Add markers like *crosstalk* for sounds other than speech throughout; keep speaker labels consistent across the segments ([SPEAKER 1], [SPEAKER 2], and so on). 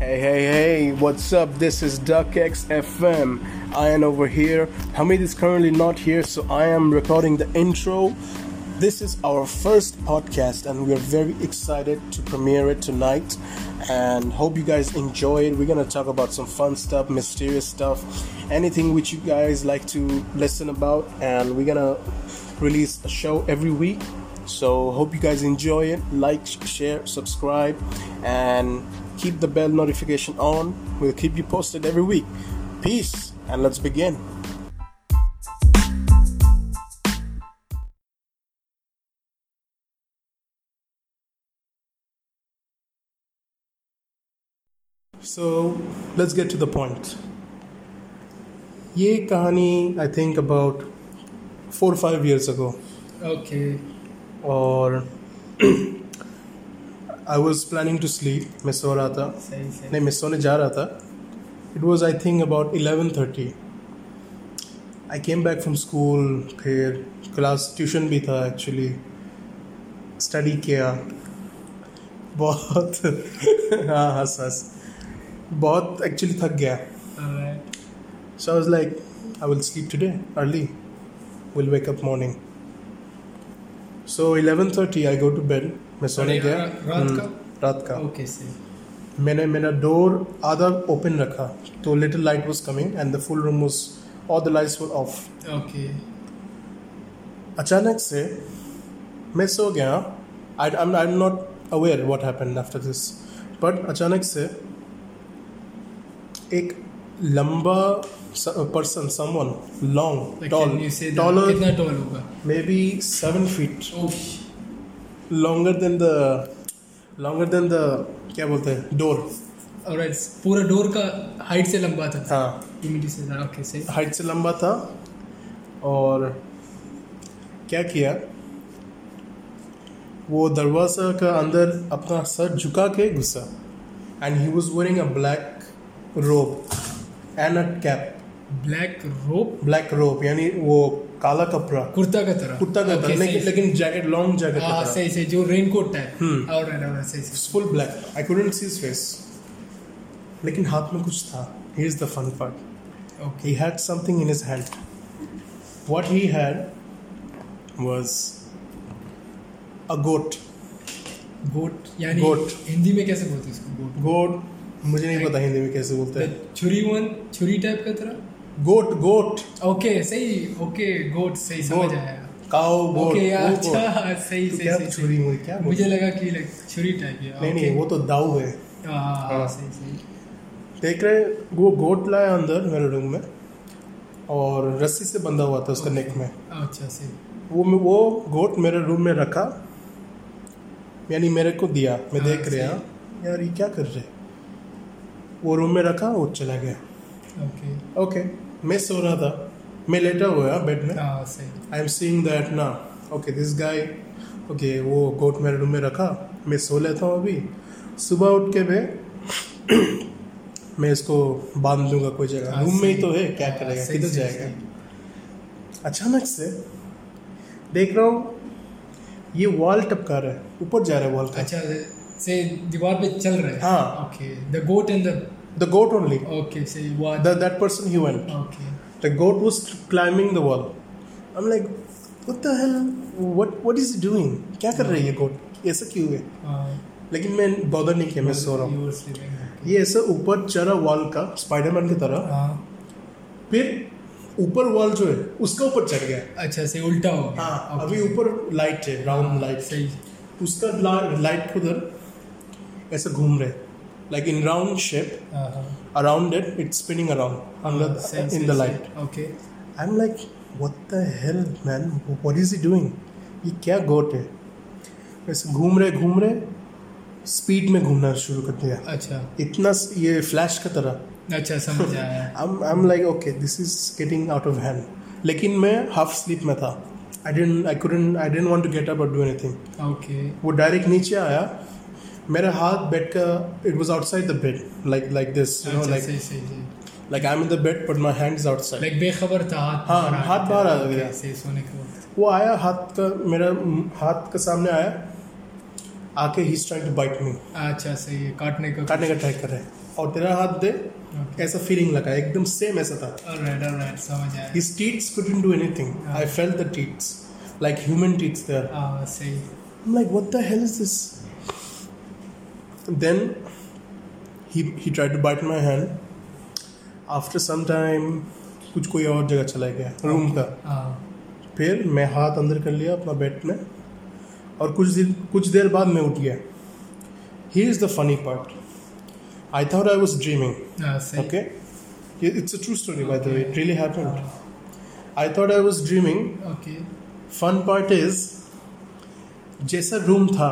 [SPEAKER 1] Hey, hey, hey, what's up? This is DuckX FM. I am over here. Hamid is currently not here, so I am recording the intro. This is our first podcast, and we're very excited to premiere it tonight. And hope you guys enjoy it. We're gonna talk about some fun stuff, mysterious stuff, anything which you guys like to listen about, and we're gonna release a show every week. So hope you guys enjoy it. Like, share, subscribe, and keep the bell notification on. We'll keep you posted every week. Peace, and let's begin. So let's get to the point. ये कहानी I think about four five years ago.
[SPEAKER 2] Okay
[SPEAKER 1] और I was planning to sleep मैं सो रहा था
[SPEAKER 2] सही सही
[SPEAKER 1] नहीं मैं सोने जा रहा था it was I think about eleven thirty I came back from school फिर क्लास ट्यूशन भी था एक्चुअली स्टडी किया बहुत *laughs* हाँ हंस हंस बहुत एक्चुअली थक गया
[SPEAKER 2] alright
[SPEAKER 1] So I was like, I will sleep today early. We'll wake up morning. So 11:30 I go to bed. मैं सोने
[SPEAKER 2] अरे
[SPEAKER 1] गया
[SPEAKER 2] रा- रात
[SPEAKER 1] हम्म,
[SPEAKER 2] का?
[SPEAKER 1] रात का
[SPEAKER 2] ओके सही
[SPEAKER 1] मैंने मेरा डोर आधा ओपन रखा तो little light was coming and the full room was all the lights were off
[SPEAKER 2] okay
[SPEAKER 1] अचानक से मैं सो गया I I I am not aware what happened after this but अचानक से एक लंबा person someone long tall
[SPEAKER 2] you say
[SPEAKER 1] taller
[SPEAKER 2] कितना टॉल होगा Oh,
[SPEAKER 1] may be seven feet
[SPEAKER 2] oh
[SPEAKER 1] longer than the longer than the क्या बोलते हैं डोर
[SPEAKER 2] ऑलराइट पूरा डोर का हाइट से लंबा था
[SPEAKER 1] हाँ
[SPEAKER 2] इमिटी से था ओके सही
[SPEAKER 1] हाइट से लंबा था और क्या किया वो दरवाज़ा का अंदर अपना सर झुका के घुसा and he was wearing a black robe and a cap
[SPEAKER 2] black rope
[SPEAKER 1] black robe यानी वो काला कपड़ा
[SPEAKER 2] कुर्ता का तरह
[SPEAKER 1] कुर्ता का
[SPEAKER 2] Okay,
[SPEAKER 1] था लेकिन
[SPEAKER 2] सही,
[SPEAKER 1] लेकिन जैकेट लॉन्ग
[SPEAKER 2] सही।
[SPEAKER 1] जैकेट
[SPEAKER 2] हाँ
[SPEAKER 1] था
[SPEAKER 2] सही सही जो raincoat type
[SPEAKER 1] hmm.
[SPEAKER 2] Alright alright सही सही
[SPEAKER 1] full black I couldn't see his face लेकिन हाथ में कुछ था here is the fun part
[SPEAKER 2] okay
[SPEAKER 1] he had something in his hand. What he had was a goat.
[SPEAKER 2] Goat यानी
[SPEAKER 1] Goat.
[SPEAKER 2] Hindi में कैसे बोलते हैं इसको गोट
[SPEAKER 1] Goat मुझे नहीं पता हिंदी में कैसे बोलते हैं
[SPEAKER 2] छुरी वन छुरी टाइप का तरह
[SPEAKER 1] गोट गोट
[SPEAKER 2] ओके सही ओके गोट सही समझ
[SPEAKER 1] Goat.
[SPEAKER 2] आया
[SPEAKER 1] काओ गोट
[SPEAKER 2] ओके यार
[SPEAKER 1] वो *laughs* goat.
[SPEAKER 2] अच्छा सही
[SPEAKER 1] तो
[SPEAKER 2] सही
[SPEAKER 1] क्या
[SPEAKER 2] सही,
[SPEAKER 1] छुरी
[SPEAKER 2] सही
[SPEAKER 1] मुझे क्या बोलते
[SPEAKER 2] मुझे लगा कि like छुरी टाइप है
[SPEAKER 1] नहीं नहीं वो तो दाऊ है
[SPEAKER 2] वो हाँ
[SPEAKER 1] हाँ।
[SPEAKER 2] सही सही
[SPEAKER 1] देख रहे वो गोट लाया अंदर मेरे रूम में और रस्सी से बंधा हुआ था उसका नेक में
[SPEAKER 2] अच्छा सही
[SPEAKER 1] वो वो गोट मेरे रूम में रखा यानी मेरे को दिया मैं
[SPEAKER 2] हाँ,
[SPEAKER 1] देख रहा यार ये क्या कर रहे वो रूम में रखा वो चला गया
[SPEAKER 2] ओके
[SPEAKER 1] ओके मैं सो रहा था मैं लेटा हुआ बेड में
[SPEAKER 2] हाँ सही
[SPEAKER 1] आई एम सीइंग दैट ना ओके दिस गाय ओके वो गोट मेरे रूम में रखा मैं सो लेता हूँ अभी सुबह उठ के मैं *clears throat* मैं इसको बांध दूंगा कोई जगह
[SPEAKER 2] हाँ,
[SPEAKER 1] रूम में ही
[SPEAKER 2] सही।
[SPEAKER 1] तो है क्या
[SPEAKER 2] हाँ,
[SPEAKER 1] करेगा
[SPEAKER 2] सही,
[SPEAKER 1] किधर
[SPEAKER 2] सही,
[SPEAKER 1] जाएगा
[SPEAKER 2] सही।
[SPEAKER 1] अचानक से देख रहा हूँ ये वॉल टपका रहा है ऊपर जा रहा है वॉल का
[SPEAKER 2] अच्छा से दीवार पे चल रहे हैं
[SPEAKER 1] हाँ।
[SPEAKER 2] Okay the goat and the
[SPEAKER 1] the goat only
[SPEAKER 2] okay सही what
[SPEAKER 1] that person he went
[SPEAKER 2] okay
[SPEAKER 1] the goat was climbing the wall I am like what the hell what what is doing क्या कर रही है गोट ऐसा क्यों है
[SPEAKER 2] हाँ।
[SPEAKER 1] लेकिन मैं बॉदर नहीं किया मैं सो रहा हूँ
[SPEAKER 2] हूँ
[SPEAKER 1] ये ऐसा ऊपर चढ़ा वॉल का स्पाइडरमैन की तरह
[SPEAKER 2] हाँ
[SPEAKER 1] फिर ऊपर वॉल जो है उसका ऊपर चढ़ गया
[SPEAKER 2] अच्छा सही उल्टा हो गया।
[SPEAKER 1] हाँ
[SPEAKER 2] Okay.
[SPEAKER 1] अभी ऊपर लाइट है राउंड लाइट
[SPEAKER 2] सही हाँ,
[SPEAKER 1] उसका लाइट उधर ऐसे घूम रहे लाइक इन राउंड शेप
[SPEAKER 2] हाँ हाँ
[SPEAKER 1] around it it's spinning around
[SPEAKER 2] सही,
[SPEAKER 1] अंडर
[SPEAKER 2] सही,
[SPEAKER 1] इन द
[SPEAKER 2] सही।
[SPEAKER 1] Light
[SPEAKER 2] okay
[SPEAKER 1] I am like what the hell man what is he doing ये क्या गोट है ऐसे घूम रहे घूम रहे स्पीड में घूमना शुरू कर दिया
[SPEAKER 2] अच्छा
[SPEAKER 1] इतना स- ये फ्लैश का तरह
[SPEAKER 2] अच्छा समझ आया
[SPEAKER 1] *laughs* आई am like okay this is getting out of hand लेकिन मैं हाफ स्लीप में था I didn't I couldn't I didn't want to get up और डू एनीथिंग
[SPEAKER 2] ओके
[SPEAKER 1] वो डायरेक्ट नीचे आया मेरा हाथ बेड का it was outside the bed like like this you know
[SPEAKER 2] अच्छा,
[SPEAKER 1] लाइक
[SPEAKER 2] सही सही सही
[SPEAKER 1] like I am in the bed but my hand is outside
[SPEAKER 2] like बेखबर था हाथ
[SPEAKER 1] हाँ,
[SPEAKER 2] बाहर आ
[SPEAKER 1] हाथ बाहर
[SPEAKER 2] गया था।
[SPEAKER 1] आ गया।
[SPEAKER 2] Okay, सही सोने के वक्त
[SPEAKER 1] वो आया हाथ का मेरा म, हाथ के सामने आया आके he trying to bite me
[SPEAKER 2] अच्छा सही है काटने का
[SPEAKER 1] काटने का ट्राई कर रहा है और तेरा हाथ दे ऐसा फीलिंग लगा एकदम सेम ऐसा था
[SPEAKER 2] ऑलराइट ऑलराइट समझ आया
[SPEAKER 1] his teats couldn't do anything i felt the teats like human teats there
[SPEAKER 2] हाँ सही
[SPEAKER 1] i'm like what the hell is this and then he he tried to bite my hand after some time कुछ कोई और जगह चला गया room का
[SPEAKER 2] हाँ
[SPEAKER 1] फिर मैं हाथ अंदर कर लिया अपना बेड में और कुछ दिन कुछ देर बाद मैं उठ गया here is the funny part I thought I was dreaming
[SPEAKER 2] हाँ सही
[SPEAKER 1] Okay? Yeah, It's a true story, by the way. It really happened. I thought I was dreaming.
[SPEAKER 2] Okay
[SPEAKER 1] Fun part is, जैसा room था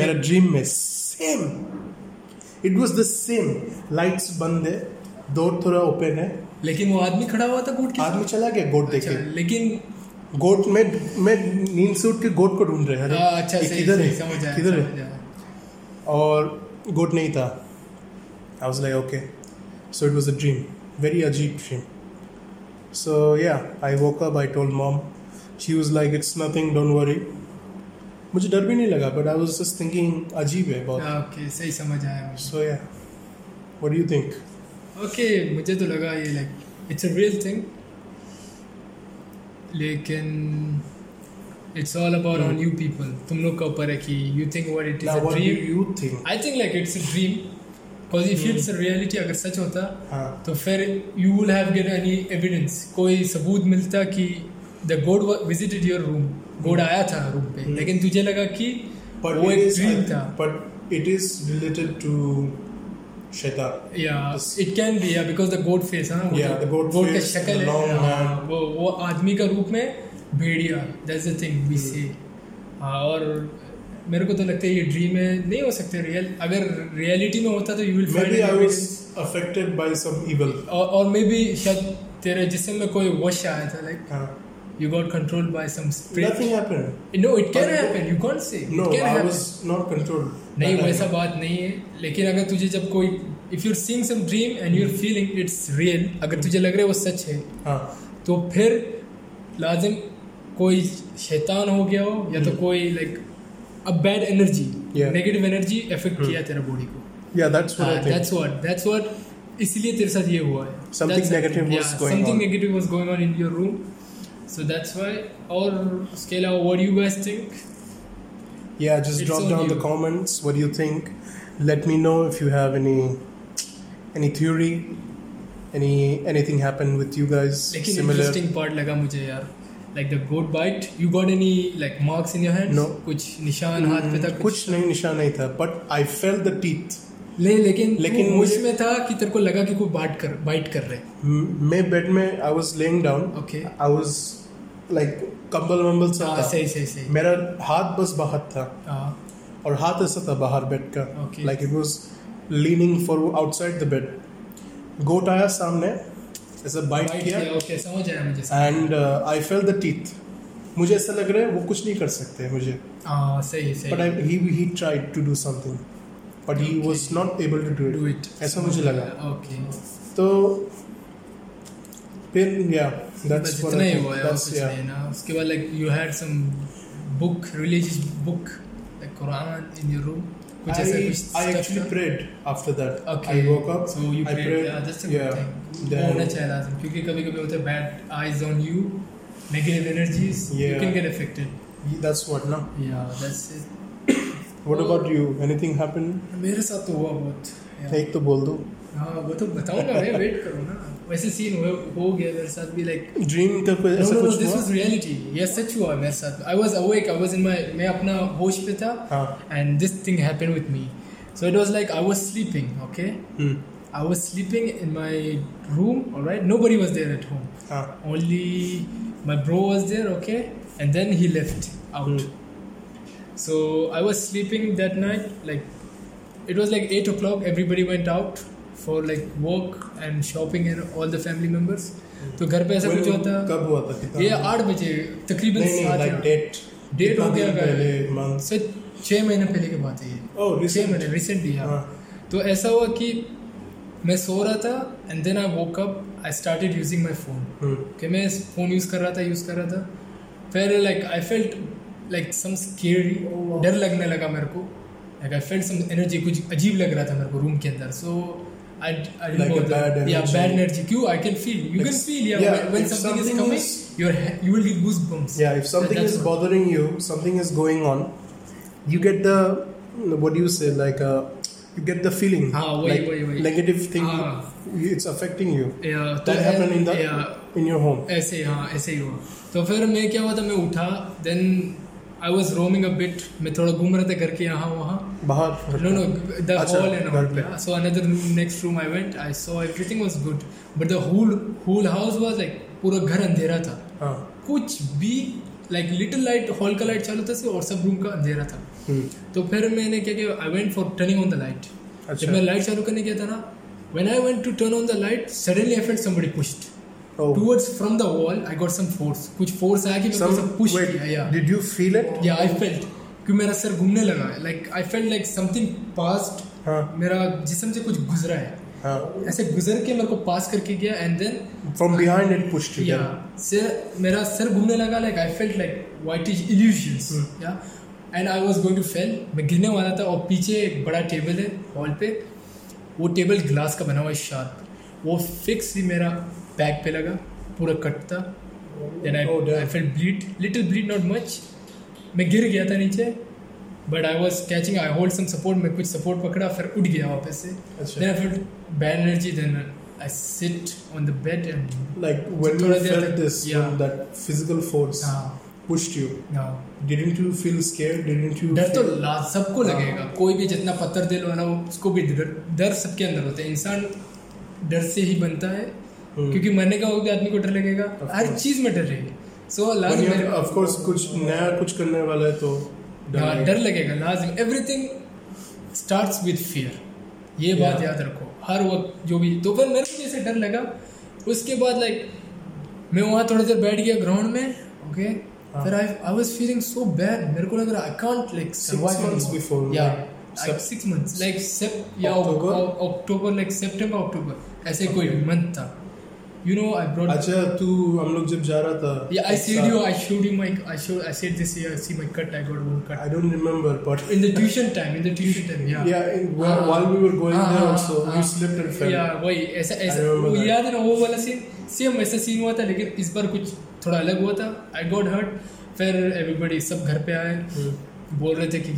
[SPEAKER 1] मेरा dream में same it was the same lights बंद है door थोड़ा open है
[SPEAKER 2] लेकिन वो आदमी खड़ा हुआ था गोट के साथ।
[SPEAKER 1] आदमी चला गया गोट
[SPEAKER 2] अच्छा,
[SPEAKER 1] देखे
[SPEAKER 2] लेकिन
[SPEAKER 1] गोट में मैं नींद से उठ के गोट को ढूंढ रहे अरे,
[SPEAKER 2] हाँ, अच्छा
[SPEAKER 1] ये
[SPEAKER 2] सही
[SPEAKER 1] किधर
[SPEAKER 2] सही,
[SPEAKER 1] है
[SPEAKER 2] समझ आया
[SPEAKER 1] किधर है
[SPEAKER 2] समझ आया।
[SPEAKER 1] और गोट नहीं था I was like okay so it was a dream very अजीब dream so yeah I woke up I told mom she was like it's nothing don't worry मुझे डर भी नहीं लगा but I was just thinking अजीब है बहुत
[SPEAKER 2] हाँ, ओके सही समझ आया मुझे।
[SPEAKER 1] So yeah what do you think
[SPEAKER 2] okay मुझे तो लगा ये like it's a real thing लेकिन it's all about
[SPEAKER 1] Hmm.
[SPEAKER 2] On you people तुम लोग का ऊपर है कि you think what it is
[SPEAKER 1] now
[SPEAKER 2] a
[SPEAKER 1] what
[SPEAKER 2] dream
[SPEAKER 1] do you think
[SPEAKER 2] I think like it's a dream because if
[SPEAKER 1] Hmm.
[SPEAKER 2] It's a reality अगर सच होता
[SPEAKER 1] हां
[SPEAKER 2] तो फिर you will have get any evidence कोई सबूत मिलता कि the goat visited your room goat आया था रूम पे
[SPEAKER 1] Hmm.
[SPEAKER 2] लेकिन तुझे लगा कि
[SPEAKER 1] बट
[SPEAKER 2] वो एक ड्रीम था
[SPEAKER 1] but it is related to शैतान
[SPEAKER 2] या
[SPEAKER 1] This-
[SPEAKER 2] इट कैन बी या बिकॉज द गोड फेस है ना हाँ, वो
[SPEAKER 1] Yeah,
[SPEAKER 2] जो-
[SPEAKER 1] the goat
[SPEAKER 2] goat का
[SPEAKER 1] face,
[SPEAKER 2] शक्ल
[SPEAKER 1] the
[SPEAKER 2] है
[SPEAKER 1] long
[SPEAKER 2] हाँ,
[SPEAKER 1] hand.
[SPEAKER 2] वो वो आदमी का रूप में भेड़िया that's the thing
[SPEAKER 1] Hmm.
[SPEAKER 2] We see हाँ, और मेरे को तो लगता है ये ड्रीम है नहीं हो सकते रियल अगर रियलिटी में होता तो you will
[SPEAKER 1] may be I was affected by some evil
[SPEAKER 2] और मे बी शायद तेरे जिसम में कोई वश आया था लाइक
[SPEAKER 1] हां
[SPEAKER 2] you got controlled by some spirit
[SPEAKER 1] हाँ. Nothing happened.
[SPEAKER 2] no it can
[SPEAKER 1] But-
[SPEAKER 2] happen you can't say
[SPEAKER 1] No,
[SPEAKER 2] it can
[SPEAKER 1] I
[SPEAKER 2] happen
[SPEAKER 1] was not controlled.
[SPEAKER 2] नहीं
[SPEAKER 1] That
[SPEAKER 2] वैसा
[SPEAKER 1] happened.
[SPEAKER 2] बात नहीं है लेकिन अगर तुझे जब कोई if you're seeing some dream and you're feeling it's real अगर तुझे लग रहा है वो सच है
[SPEAKER 1] हाँ
[SPEAKER 2] तो फिर लाजिम कोई शैतान हो गया हो या तो कोई like a bad energy
[SPEAKER 1] Hmm. Yeah.
[SPEAKER 2] Negative energy effect किया तेरा बॉडी को
[SPEAKER 1] Yeah, that's what I think.
[SPEAKER 2] That's what that's what इसलिए तेरे साथ ये हुआ है
[SPEAKER 1] Something negative was going
[SPEAKER 2] something
[SPEAKER 1] on.
[SPEAKER 2] Negative was going on in your room so that's why और उसके अलावा what you guys think
[SPEAKER 1] Yeah, just
[SPEAKER 2] It's
[SPEAKER 1] drop
[SPEAKER 2] on
[SPEAKER 1] down
[SPEAKER 2] you.
[SPEAKER 1] the comments. What do you think? Let me know if you have any any theory, any anything happened with you guys
[SPEAKER 2] लेकिन
[SPEAKER 1] similar.
[SPEAKER 2] Interesting part लगा मुझे यार like the goat bite you got any like marks in your hands
[SPEAKER 1] No.
[SPEAKER 2] कुछ निशान हाथ पे था
[SPEAKER 1] Hmm, कुछ नहीं निशान नहीं था but I fell the teeth
[SPEAKER 2] ले लेकिन
[SPEAKER 1] लेकिन
[SPEAKER 2] लेकिन मुझ
[SPEAKER 1] मुझे-
[SPEAKER 2] में था कि तेरे को लगा कि कोई बाइट कर बाइट कर रहे हैं
[SPEAKER 1] मैं बेड में I was laying down
[SPEAKER 2] okay
[SPEAKER 1] I was like कंबल वंबल
[SPEAKER 2] Ah,
[SPEAKER 1] सा था
[SPEAKER 2] हाँ, सही सही सही
[SPEAKER 1] मेरा हाथ बस बाहर था
[SPEAKER 2] हाँ
[SPEAKER 1] और हाथ ऐसा था बाहर बेड का
[SPEAKER 2] Okay.
[SPEAKER 1] Like it was leaning for outside the bed goat आया सामने ऐसा बाइट
[SPEAKER 2] बाइट
[SPEAKER 1] किया uh,
[SPEAKER 2] किया ओके समझ आया मुझे
[SPEAKER 1] and I fell the teeth मुझे ऐसा लग रहा है वो कुछ नहीं कर सकते मुझे
[SPEAKER 2] हाँ सही
[SPEAKER 1] बट
[SPEAKER 2] सही
[SPEAKER 1] I he he tried to do something but he was not able to
[SPEAKER 2] do
[SPEAKER 1] do
[SPEAKER 2] it
[SPEAKER 1] ऐसा मुझे लगा।
[SPEAKER 2] ओके
[SPEAKER 1] तो फिर या
[SPEAKER 2] बस
[SPEAKER 1] दैट्स
[SPEAKER 2] इतना ही हुआ है और कुछ नहीं ना उसके बाद like you had some book religious book like Quran in your room कुछ ऐसा
[SPEAKER 1] I, I
[SPEAKER 2] कुछ stuff
[SPEAKER 1] actually
[SPEAKER 2] था?
[SPEAKER 1] prayed after that.
[SPEAKER 2] Okay.
[SPEAKER 1] I woke up.
[SPEAKER 2] so you
[SPEAKER 1] I
[SPEAKER 2] prayed,
[SPEAKER 1] prayed,
[SPEAKER 2] yeah, that's a
[SPEAKER 1] yeah.
[SPEAKER 2] good thing
[SPEAKER 1] Then-
[SPEAKER 2] वो होना चाहिए लाजम क्योंकि कभी कभी होता है bad eyes on you negative energies
[SPEAKER 1] Yeah.
[SPEAKER 2] You can get affected
[SPEAKER 1] That's what now.
[SPEAKER 2] या that's it
[SPEAKER 1] What about you? Anything happened?
[SPEAKER 2] मेरे साथ तो हुआ बहुत yeah.
[SPEAKER 1] एक तो बोल दो
[SPEAKER 2] हाँ वो तो बताऊंगा मैं वेट करो ना वैसे सीन हो, हो गया मेरे साथ भी लाइक
[SPEAKER 1] ड्रीम का कोई
[SPEAKER 2] No,
[SPEAKER 1] ऐसा
[SPEAKER 2] no, no,
[SPEAKER 1] कुछ
[SPEAKER 2] this
[SPEAKER 1] हुआ
[SPEAKER 2] was reality. ये सच हुआ मेरे साथ I was awake I was in my मैं अपना होश पे था
[SPEAKER 1] हाँ
[SPEAKER 2] and this thing happen with me so it was like I was sleeping okay
[SPEAKER 1] hmm,
[SPEAKER 2] I was sleeping in my room और right nobody was there at home
[SPEAKER 1] हाँ
[SPEAKER 2] only my bro was there okay and then he left out
[SPEAKER 1] Mm.
[SPEAKER 2] so i was sleeping that night like it was like 8 o'clock everybody went out for like work and shopping and all the family members तो घर पे ऐसा
[SPEAKER 1] When-
[SPEAKER 2] कुछ होता
[SPEAKER 1] कब हुआ था कितना
[SPEAKER 2] ये आठ बजे तकरीबन
[SPEAKER 1] नहीं नहीं
[SPEAKER 2] सात
[SPEAKER 1] लाइक
[SPEAKER 2] या-
[SPEAKER 1] डेट
[SPEAKER 2] Date हो गया अगर-
[SPEAKER 1] पहले Oh, मंथ
[SPEAKER 2] सर छः महीने पहले की बात है ये
[SPEAKER 1] ओह
[SPEAKER 2] छः
[SPEAKER 1] रिसेंट
[SPEAKER 2] महीने रिसेंटली हाँ
[SPEAKER 1] हाँ
[SPEAKER 2] तो ऐसा हुआ कि मैं सो रहा था and then I woke up I started using my phone
[SPEAKER 1] hmm,
[SPEAKER 2] कि मैं फ़ोन यूज़ कर रहा था यूज़ कर रहा था फिर like I felt like some scary
[SPEAKER 1] Oh, wow.
[SPEAKER 2] डर लगने लगा मेरे को like I felt some energy कुछ अजीब लग रहा था मेरे को रूम के अंदर so I I didn't
[SPEAKER 1] Like
[SPEAKER 2] know
[SPEAKER 1] a
[SPEAKER 2] the-
[SPEAKER 1] bad
[SPEAKER 2] yeah
[SPEAKER 1] energy.
[SPEAKER 2] bad energy क्यों I can feel you
[SPEAKER 1] Like
[SPEAKER 2] can
[SPEAKER 1] s-
[SPEAKER 2] feel yeah,
[SPEAKER 1] yeah,
[SPEAKER 2] when, when
[SPEAKER 1] if
[SPEAKER 2] something,
[SPEAKER 1] something
[SPEAKER 2] is coming
[SPEAKER 1] is-
[SPEAKER 2] your ha- you will get goosebumps
[SPEAKER 1] Yeah, if
[SPEAKER 2] That-
[SPEAKER 1] something
[SPEAKER 2] that's
[SPEAKER 1] is
[SPEAKER 2] what-
[SPEAKER 1] bothering you, something is going on, you get the what do you say like uh, you get the feeling
[SPEAKER 2] Ah, वही,
[SPEAKER 1] like
[SPEAKER 2] वही, वही.
[SPEAKER 1] negative thing.
[SPEAKER 2] Ah.
[SPEAKER 1] It's affecting you.
[SPEAKER 2] yeah
[SPEAKER 1] That
[SPEAKER 2] तो then-
[SPEAKER 1] happened in the
[SPEAKER 2] yeah
[SPEAKER 1] in your home.
[SPEAKER 2] ऐसे ही, हाँ ऐसे ही हुआ तो फिर मैं क्या हुआ था मैं उठा then I was roaming a bit मैं थोड़ा घूम रहा था घर के यहाँ वहाँ
[SPEAKER 1] बाहर
[SPEAKER 2] No, no, the
[SPEAKER 1] अच्छा,
[SPEAKER 2] hall and
[SPEAKER 1] घर
[SPEAKER 2] all.
[SPEAKER 1] पे।
[SPEAKER 2] Yeah. So another room, next room I went, I saw everything was good, but the whole whole house was like पूरा घर अंधेरा था
[SPEAKER 1] हाँ
[SPEAKER 2] कुछ भी लाइक लिटिल लाइट हॉल का लाइट चालू था सिर्फ और सब रूम का अंधेरा था
[SPEAKER 1] हम्म,
[SPEAKER 2] तो फिर मैंने क्या किया I went for turning on the light जब मैं
[SPEAKER 1] अच्छा
[SPEAKER 2] लाइट चालू करने गया था ना when i went to turn on the light suddenly i felt somebody pushed
[SPEAKER 1] oh.
[SPEAKER 2] towards from the wall i got some force कुछ force आया कि मेरे को
[SPEAKER 1] Some
[SPEAKER 2] सब push
[SPEAKER 1] wait,
[SPEAKER 2] किया yeah.
[SPEAKER 1] did you feel it?
[SPEAKER 2] या I felt कि मेरा सर घूमने लगा है like I felt like something passed
[SPEAKER 1] हाँ
[SPEAKER 2] मेरा जिसम से कुछ गुजरा है
[SPEAKER 1] हाँ.
[SPEAKER 2] ऐसे गुजर के मेरे को पास करके गया and then
[SPEAKER 1] From behind it pushed you.
[SPEAKER 2] या
[SPEAKER 1] then.
[SPEAKER 2] सर मेरा सर घूमने लगा like I felt like white is illusions
[SPEAKER 1] Hmm.
[SPEAKER 2] या and I was going to fell मैं गिरने वाला था और पीछे एक बड़ा टेबल है हॉल पे वो टेबल ग्लास का बना हुआ है शार्प वो फिक्स ही मेरा बैक पे लगा पूरा कट था then I
[SPEAKER 1] Oh, damn.
[SPEAKER 2] I felt bleed little bleed not much मैं गिर गया था नीचे but I was catching I hold some support मैं कुछ सपोर्ट पकड़ा फिर उठ गया वापस से
[SPEAKER 1] अच्छा।
[SPEAKER 2] Then I felt bad energy then I sit on the bed and
[SPEAKER 1] Like when you
[SPEAKER 2] थोड़ा देर
[SPEAKER 1] felt
[SPEAKER 2] तक-
[SPEAKER 1] this,
[SPEAKER 2] yeah.
[SPEAKER 1] when that physical force
[SPEAKER 2] हाँ।
[SPEAKER 1] pushed you, didn't you feel scared? Didn't you?
[SPEAKER 2] डर तो
[SPEAKER 1] feel-
[SPEAKER 2] ला सबको
[SPEAKER 1] हाँ।
[SPEAKER 2] लगेगा कोई भी जितना पत्थर दिल वाला हो उसको भी डर डर सबके अंदर होता है इंसान डर से ही बनता है
[SPEAKER 1] हम्म.
[SPEAKER 2] क्योंकि मरने का होगा आदमी को डर लगेगा
[SPEAKER 1] Of
[SPEAKER 2] हर
[SPEAKER 1] course.
[SPEAKER 2] चीज में डर रहेगी सो
[SPEAKER 1] When
[SPEAKER 2] लाजमी
[SPEAKER 1] you're- of course कुछ नया कुछ करने वाला है तो
[SPEAKER 2] हाँ,
[SPEAKER 1] लगेगा।
[SPEAKER 2] डर लगेगा लाजमी एवरीथिंग स्टार्ट्स विद फियर ये बात
[SPEAKER 1] Yeah.
[SPEAKER 2] याद रखो हर वक्त जो भी तो फिर मेरे को जैसे डर लगा उसके बाद लाइक मैं वहाँ थोड़ी देर बैठ गया ग्राउंड में ओके
[SPEAKER 1] हाँ।
[SPEAKER 2] फिर I I was feeling so bad मेरे को लग रहा I can't like
[SPEAKER 1] Six months before.
[SPEAKER 2] या
[SPEAKER 1] like,
[SPEAKER 2] like
[SPEAKER 1] sep-
[SPEAKER 2] six months like sep yeah
[SPEAKER 1] October?
[SPEAKER 2] october like september october ऐसे कोई month था you know i brought
[SPEAKER 1] अच्छा तू हम लोग जब जा रहा था
[SPEAKER 2] yeah i said you i showed you my i showed i said this year see my cut i got one cut
[SPEAKER 1] I don't remember but
[SPEAKER 2] in the tuition time in the tuition time *laughs* yeah
[SPEAKER 1] yeah in, while,
[SPEAKER 2] Ah.
[SPEAKER 1] while we were going
[SPEAKER 2] Ah,
[SPEAKER 1] there
[SPEAKER 2] ah,
[SPEAKER 1] also
[SPEAKER 2] ah,
[SPEAKER 1] you
[SPEAKER 2] ah.
[SPEAKER 1] slipped and fell
[SPEAKER 2] yeah वही ऐसा ऐसा
[SPEAKER 1] I remember
[SPEAKER 2] वो
[SPEAKER 1] that.
[SPEAKER 2] याद है ना वो वाला scene same ऐसा सीन हुआ था लेकिन इस बार कुछ थोड़ा अलग हुआ था आई गॉट हर्ट फिर एवरीबडी सब घर पे आए
[SPEAKER 1] Hmm.
[SPEAKER 2] बोल रहे थे कि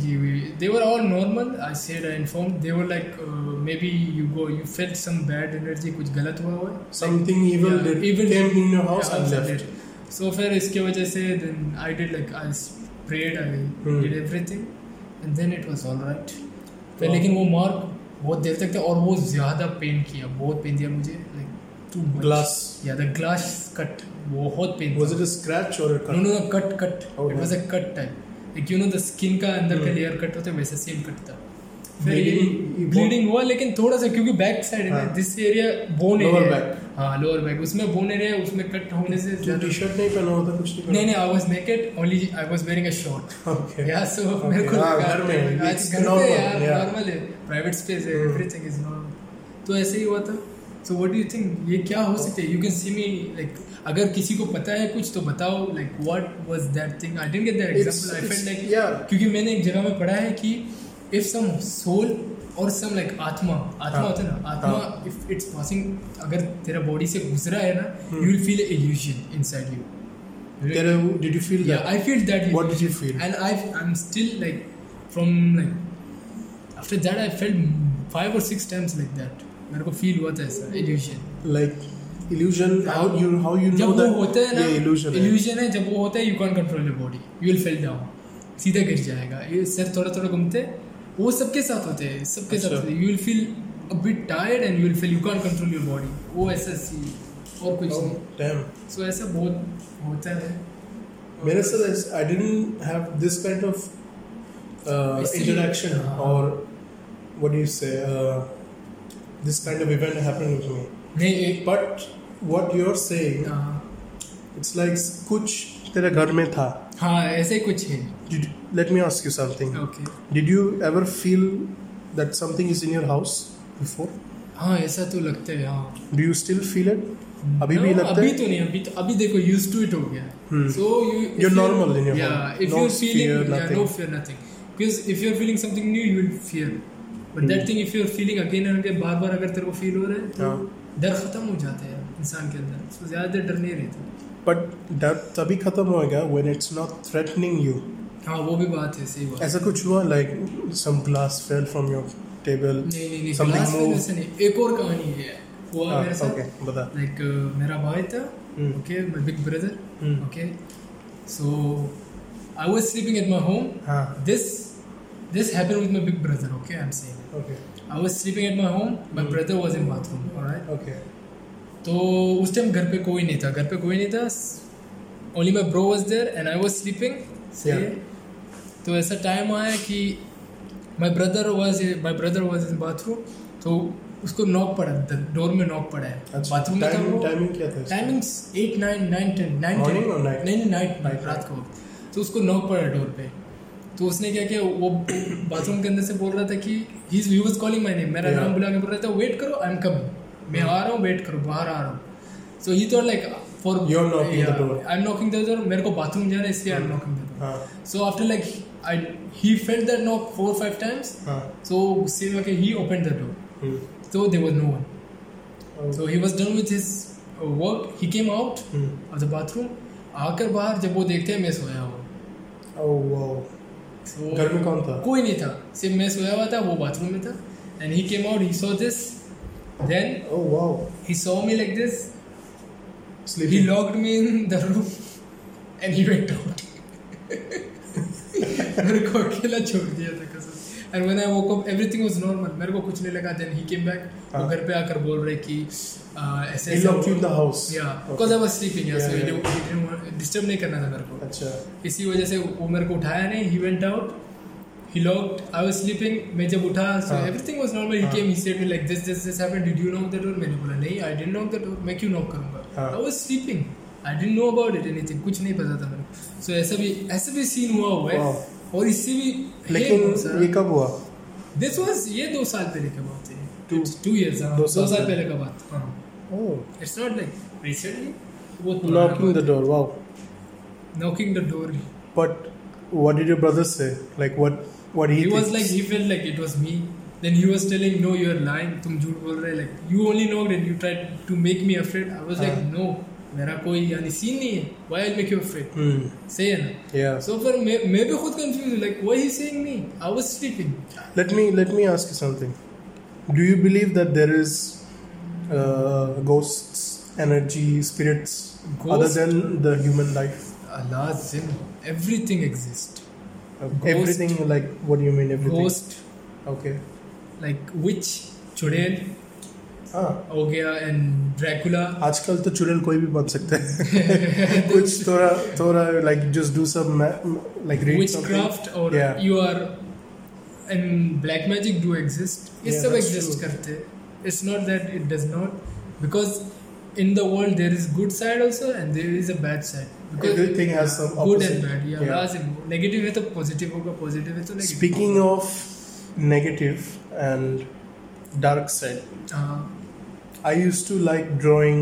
[SPEAKER 2] they were all normal I said I inform they were like maybe you go you felt some bad energy कुछ गलत हुआ हुआ है
[SPEAKER 1] something evil
[SPEAKER 2] Yeah,
[SPEAKER 1] did
[SPEAKER 2] evil
[SPEAKER 1] came in your house and left
[SPEAKER 2] सो फिर इसके वजह से then I did like I prayed I
[SPEAKER 1] Hmm.
[SPEAKER 2] Did everything and then it was alright फिर
[SPEAKER 1] Wow.
[SPEAKER 2] लेकिन वो मार्क बहुत देर तक था और वो ज़्यादा पेन किया बहुत पेन दिया मुझे लाइक टू
[SPEAKER 1] glass
[SPEAKER 2] या द ग्लास कट बहुत pain
[SPEAKER 1] was it a scratch or a cut
[SPEAKER 2] no no cut cut
[SPEAKER 1] Oh,
[SPEAKER 2] it was a cut type like you know the skin का अंदर का
[SPEAKER 1] Hmm.
[SPEAKER 2] Layer cut होता है वैसे same cut था
[SPEAKER 1] Bleeding-
[SPEAKER 2] फिर
[SPEAKER 1] bone-
[SPEAKER 2] bleeding हुआ लेकिन थोड़ा सा क्योंकि बैक साइड है
[SPEAKER 1] हाँ।
[SPEAKER 2] This area bone
[SPEAKER 1] Lower
[SPEAKER 2] area
[SPEAKER 1] back.
[SPEAKER 2] हाँ लोअर बैक उसमें बोन एरिया है उसमें कट होने से
[SPEAKER 1] तू
[SPEAKER 2] ज्यादा-
[SPEAKER 1] t-shirt नहीं पहना होता कुछ नहीं
[SPEAKER 2] नहीं नहीं I was naked only I was wearing a short
[SPEAKER 1] पहना okay
[SPEAKER 2] या सो
[SPEAKER 1] Okay,
[SPEAKER 2] मेरे को
[SPEAKER 1] हाँ,
[SPEAKER 2] लगा
[SPEAKER 1] घर में,
[SPEAKER 2] आज
[SPEAKER 1] it's
[SPEAKER 2] घर पे
[SPEAKER 1] normal,
[SPEAKER 2] यार
[SPEAKER 1] yeah.
[SPEAKER 2] नॉर्मल है प्राइवेट स्पेस है
[SPEAKER 1] Hmm.
[SPEAKER 2] एवरीथिंग इज नॉर्मल तो ऐसे ही हुआ था so what do you think ये क्या हो सकता है you can see me like अगर किसी को पता है कुछ तो बताओ like what was that thing I didn't get that
[SPEAKER 1] It's-
[SPEAKER 2] example I
[SPEAKER 1] it's-
[SPEAKER 2] felt like
[SPEAKER 1] yeah
[SPEAKER 2] क्योंकि मैंने एक जगह में पढ़ा है कि इफ सम सोल और सम लाइक आत्मा आत्मा
[SPEAKER 1] हाँ,
[SPEAKER 2] होता है ना आत्मा इफ इट्स पासिंग अगर तेरा बॉडी से गुजरा है ना
[SPEAKER 1] Hmm.
[SPEAKER 2] You will feel illusion inside you
[SPEAKER 1] there did you feel
[SPEAKER 2] yeah,
[SPEAKER 1] that
[SPEAKER 2] I feel that.
[SPEAKER 1] what did you feel
[SPEAKER 2] And I, I'm still like, from like, after that I felt five or six times like that. मेरे को feel हुआ था ऐसा illusion.
[SPEAKER 1] like illusion how you how you know
[SPEAKER 2] जब वो
[SPEAKER 1] that
[SPEAKER 2] होता है ना
[SPEAKER 1] ये illusion है
[SPEAKER 2] illusion है जब वो होता है you can't control your body you will fell down सीधा गिर जाएगा ये सर थोड़ा थोड़ा घूमते वो सबके साथ होते हैं सबके साथ
[SPEAKER 1] अच्छा।
[SPEAKER 2] होते हैं you will feel a bit tired and you will feel you can't control your body वो ऐसा सी और कुछ
[SPEAKER 1] Oh,
[SPEAKER 2] नहीं
[SPEAKER 1] damn
[SPEAKER 2] सो ऐसा बहुत होता है
[SPEAKER 1] मेरे साथ ऐस- I didn't have this kind of uh,
[SPEAKER 2] इसीलिए-
[SPEAKER 1] interaction
[SPEAKER 2] हाँ।
[SPEAKER 1] or what do you say uh, this kind of event happened with me
[SPEAKER 2] नहीं एक
[SPEAKER 1] but what you're saying
[SPEAKER 2] हाँ।
[SPEAKER 1] it's like कुछ तेरे घर में था
[SPEAKER 2] हाँ ऐसे ही कुछ है
[SPEAKER 1] Did- let me ask you something
[SPEAKER 2] okay
[SPEAKER 1] did you ever feel that something is in your house before
[SPEAKER 2] हाँ ऐसा तो लगता है हाँ
[SPEAKER 1] do you still feel it अभी भी
[SPEAKER 2] No,
[SPEAKER 1] लगता
[SPEAKER 2] अभी
[SPEAKER 1] है
[SPEAKER 2] तो नहीं अभी तो अभी देखो यूज टू इट हो गया
[SPEAKER 1] Hmm.
[SPEAKER 2] So you
[SPEAKER 1] You're normal in your
[SPEAKER 2] yeah
[SPEAKER 1] home.
[SPEAKER 2] if
[SPEAKER 1] No
[SPEAKER 2] you're feeling
[SPEAKER 1] fear,
[SPEAKER 2] yeah,
[SPEAKER 1] nothing.
[SPEAKER 2] no fear nothing because if you are feeling something new you will feel but
[SPEAKER 1] Hmm.
[SPEAKER 2] That thing if you are feeling again and again बार बार अगर तेरे को feel हो रहा है तो डर ख़त्म हो जाता है इंसान के अंदर सो ज़्यादा डर नहीं रहता
[SPEAKER 1] बट डर तभी खत्म होएगा when it's not threatening you
[SPEAKER 2] हाँ वो भी बात है सही बात है।
[SPEAKER 1] ऐसा कुछ हुआ like some glass fell from your table
[SPEAKER 2] नहीं नहीं नहीं
[SPEAKER 1] समथिंग
[SPEAKER 2] glass में
[SPEAKER 1] मूव
[SPEAKER 2] वैसे नहीं एक और कहानी है हुआ मेरे साथ
[SPEAKER 1] ओके बता
[SPEAKER 2] लाइक मेरा भाई था
[SPEAKER 1] Ah, Hmm.
[SPEAKER 2] Okay my big brother
[SPEAKER 1] Hmm.
[SPEAKER 2] Okay so I was sleeping at my home
[SPEAKER 1] हाँ
[SPEAKER 2] this this happened with my big brother okay i'm saying
[SPEAKER 1] okay
[SPEAKER 2] i was sleeping at my home my
[SPEAKER 1] Hmm.
[SPEAKER 2] brother was in bathroom all right
[SPEAKER 1] okay
[SPEAKER 2] तो उस time घर पे कोई नहीं था घर पे कोई नहीं था only my bro was there and I was sleeping तो ऐसा टाइम आया कि my brother was my brother was in bathroom तो उसको नॉक पड़ा डोर में नॉक पड़ा है
[SPEAKER 1] अच्छा
[SPEAKER 2] बाथरूम में था
[SPEAKER 1] टाइमिंग
[SPEAKER 2] वो
[SPEAKER 1] टाइमिंग क्या था इसका?
[SPEAKER 2] Timings at nine nine ten nine
[SPEAKER 1] Morning or night?
[SPEAKER 2] नहीं नहीं नाइट
[SPEAKER 1] Night,
[SPEAKER 2] रात को तो उसको नॉक पड़ा डोर पे तो उसने क्या किया वो बाथरूम के अंदर से बोल रहा था कि he is was calling my name मेरा
[SPEAKER 1] Yeah.
[SPEAKER 2] नाम बुला के बोल रहा था वेट करो आई एम कमिंग मैं आ रहा हूँ वेट करो बाहर आ रहा हूँ so he thought like for
[SPEAKER 1] You're knocking the door.
[SPEAKER 2] I am knocking the door मेरे को बाथरूम जाना है इसलिए आई एम नॉकिंग द
[SPEAKER 1] हाँ
[SPEAKER 2] door so after like I he felt that knock four five times
[SPEAKER 1] हाँ
[SPEAKER 2] so गुस्से में आके he open the door
[SPEAKER 1] hmm,
[SPEAKER 2] so there was no one
[SPEAKER 1] और-
[SPEAKER 2] So he was done with his uh, work. He came out
[SPEAKER 1] hmm,
[SPEAKER 2] of the bathroom. आकर बाहर जब वो देखते हैं मैं सोया हुआ
[SPEAKER 1] ओह वाओ
[SPEAKER 2] So,
[SPEAKER 1] oh, घर में कौन था
[SPEAKER 2] कोई नहीं था सिर्फ मैं सोया हुआ था वो बाथरूम में था and he came out he saw this then
[SPEAKER 1] oh wow
[SPEAKER 2] he saw me like this he
[SPEAKER 1] sleeping
[SPEAKER 2] locked me in the room and he went out मेरे को अकेला छोड़ दिया था कसम and when I woke up everything was normal मेरे को कुछ नहीं लगा देन ही केम बैक वो
[SPEAKER 1] हाँ।
[SPEAKER 2] घर पे आकर बोल रहे कि uh, ऐसे
[SPEAKER 1] he
[SPEAKER 2] ऐसे
[SPEAKER 1] locked you in the house
[SPEAKER 2] Yeah,
[SPEAKER 1] Okay.
[SPEAKER 2] because I was sleeping, yeah,
[SPEAKER 1] Yeah,
[SPEAKER 2] so he
[SPEAKER 1] yeah.
[SPEAKER 2] didn't- he didn't want- disturb नहीं करना था मेरे को
[SPEAKER 1] अच्छा
[SPEAKER 2] इसी वजह से वो मेरे को उठाया नहीं he went out he locked I was sleeping मैं जब उठा सो
[SPEAKER 1] हाँ.
[SPEAKER 2] एवरीथिंग वाज नॉर्मल ही
[SPEAKER 1] हाँ.
[SPEAKER 2] Came he said me like this this this happened did you knock the door मैंने बोला नहीं I didn't knock the door मैं क्यों नॉक करूंगा
[SPEAKER 1] हाँ.
[SPEAKER 2] I was sleeping I didn't know about it anything कुछ नहीं पता था मेरे को सो ऐसा भी ऐसा भी सीन हुआ हुआ है
[SPEAKER 1] Wow.
[SPEAKER 2] और इससे भी
[SPEAKER 1] हाँ। लेकिन ये कब हुआ
[SPEAKER 2] दिस वाज ये दो साल पहले की बात है
[SPEAKER 1] Two-
[SPEAKER 2] टू इयर्स
[SPEAKER 1] दो
[SPEAKER 2] हाँ, दो
[SPEAKER 1] साल
[SPEAKER 2] साल
[SPEAKER 1] पहले।
[SPEAKER 2] पहले का बात हाँ
[SPEAKER 1] oh
[SPEAKER 2] it's not like recently बहुत
[SPEAKER 1] knocking the door wow
[SPEAKER 2] knocking the door he
[SPEAKER 1] but what did your brother say like what what he,
[SPEAKER 2] was like
[SPEAKER 1] thinks?
[SPEAKER 2] he felt like it was me then he was telling no you are lying तुम झूठ बोल रहे हो, like you only knocked and you tried to make me afraid I was like
[SPEAKER 1] हाँ.
[SPEAKER 2] no मेरा कोई यानी scene नहीं है why I'll make you afraid
[SPEAKER 1] Hmm,
[SPEAKER 2] सही है ना
[SPEAKER 1] yeah
[SPEAKER 2] so फिर मैं मैं भी खुद confused हूँ, like why he saying me I was sleeping
[SPEAKER 1] let me let me ask you something do you believe that there is uh, ghosts energy spirits other
[SPEAKER 2] Ghost?
[SPEAKER 1] than the human life
[SPEAKER 2] Allah's sin everything exists
[SPEAKER 1] everything like what do you mean everything
[SPEAKER 2] ghost
[SPEAKER 1] okay
[SPEAKER 2] like witch चुड़ैल
[SPEAKER 1] हाँ
[SPEAKER 2] हो गया and Dracula
[SPEAKER 1] आजकल तो चुड़ैल कोई भी बन सकता *laughs* है कुछ थोड़ा थोड़ा like just do some like read something
[SPEAKER 2] witchcraft or
[SPEAKER 1] Yeah.
[SPEAKER 2] you are and black magic do exist ये
[SPEAKER 1] Yeah,
[SPEAKER 2] सब
[SPEAKER 1] that's
[SPEAKER 2] exist
[SPEAKER 1] true.
[SPEAKER 2] करते हैं it's not that it does not because in the world there is good side also and there is a bad side because
[SPEAKER 1] everything has some
[SPEAKER 2] good
[SPEAKER 1] opposite
[SPEAKER 2] and bad yeah, yeah. negative है तो positive होगा positive है तो negative
[SPEAKER 1] Speaking of negative and dark side,
[SPEAKER 2] हाँ
[SPEAKER 1] I used to like drawing,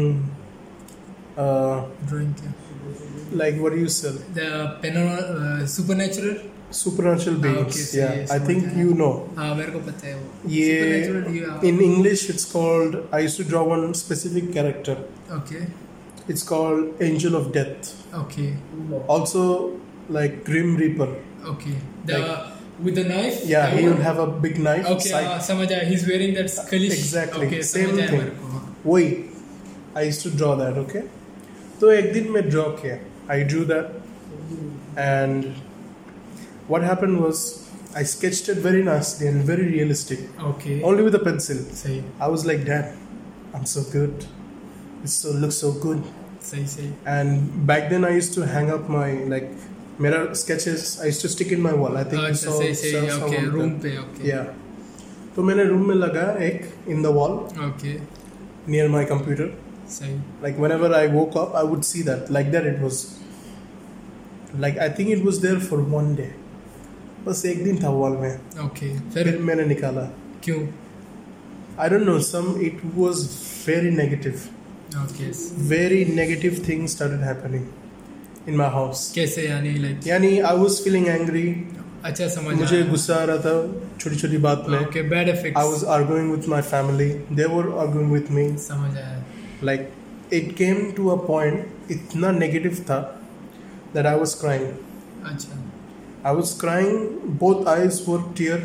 [SPEAKER 1] uh,
[SPEAKER 2] drawing क्या
[SPEAKER 1] like what do you sell?
[SPEAKER 2] the paranormal uh, supernatural
[SPEAKER 1] Supernatural
[SPEAKER 2] Ah, okay,
[SPEAKER 1] beings.
[SPEAKER 2] so
[SPEAKER 1] yeah,
[SPEAKER 2] yes,
[SPEAKER 1] I think
[SPEAKER 2] okay.
[SPEAKER 1] you know.
[SPEAKER 2] हाँ मेरे को पता है वो supernatural
[SPEAKER 1] Yeah,
[SPEAKER 2] ये
[SPEAKER 1] in English it's called. I used to draw one specific character.
[SPEAKER 2] okay
[SPEAKER 1] It's called Angel of Death.
[SPEAKER 2] okay
[SPEAKER 1] Also, like Grim Reaper.
[SPEAKER 2] okay the with the knife
[SPEAKER 1] Yeah,
[SPEAKER 2] that
[SPEAKER 1] he
[SPEAKER 2] one?
[SPEAKER 1] would have a big knife.
[SPEAKER 2] Okay,
[SPEAKER 1] scythe.
[SPEAKER 2] हाँ, समझ आया. He's wearing that skullish.
[SPEAKER 1] Exactly,
[SPEAKER 2] Okay,
[SPEAKER 1] same
[SPEAKER 2] समझ आया
[SPEAKER 1] thing.
[SPEAKER 2] मेरे को.
[SPEAKER 1] वही I use to draw that okay तो एक दिन मैं ड्रॉ किया I drew that and what happened was i sketched it very nicely and very realistic
[SPEAKER 2] Okay.
[SPEAKER 1] only with a pencil
[SPEAKER 2] सही,
[SPEAKER 1] i was like damn i'm so good it so looks so good
[SPEAKER 2] सही, सही.
[SPEAKER 1] and back then i used to hang up my like mirror sketches i used to stick in my wall i think you
[SPEAKER 2] अच्छा,
[SPEAKER 1] saw,
[SPEAKER 2] सही, सही.
[SPEAKER 1] saw
[SPEAKER 2] Okay,
[SPEAKER 1] someone
[SPEAKER 2] room
[SPEAKER 1] done.
[SPEAKER 2] पे, okay.
[SPEAKER 1] yeah तो मैंने room में लगाया एक in the wall
[SPEAKER 2] Okay,
[SPEAKER 1] near my computer
[SPEAKER 2] सही.
[SPEAKER 1] like whenever i woke up i would see that like that it was like i think it was there for one day बस एक दिन था वॉल में
[SPEAKER 2] Okay.
[SPEAKER 1] फिर
[SPEAKER 2] फिर
[SPEAKER 1] मैंने निकाला
[SPEAKER 2] क्यों?
[SPEAKER 1] I don't know some it was very negative
[SPEAKER 2] Okay.
[SPEAKER 1] Very negative thing started happening in my house
[SPEAKER 2] कैसे यानी like
[SPEAKER 1] यानी आई वाज फीलिंग एंग्री
[SPEAKER 2] अच्छा समझ
[SPEAKER 1] मुझे गुस्सा आ रहा था छोटी छोटी बात में
[SPEAKER 2] okay bad effect
[SPEAKER 1] I was arguing with my family they were arguing with me
[SPEAKER 2] समझ आया
[SPEAKER 1] like it came to a point इतना नेगेटिव था दैट आई वाज क्राइंग
[SPEAKER 2] अच्छा
[SPEAKER 1] I was crying, both eyes were tear,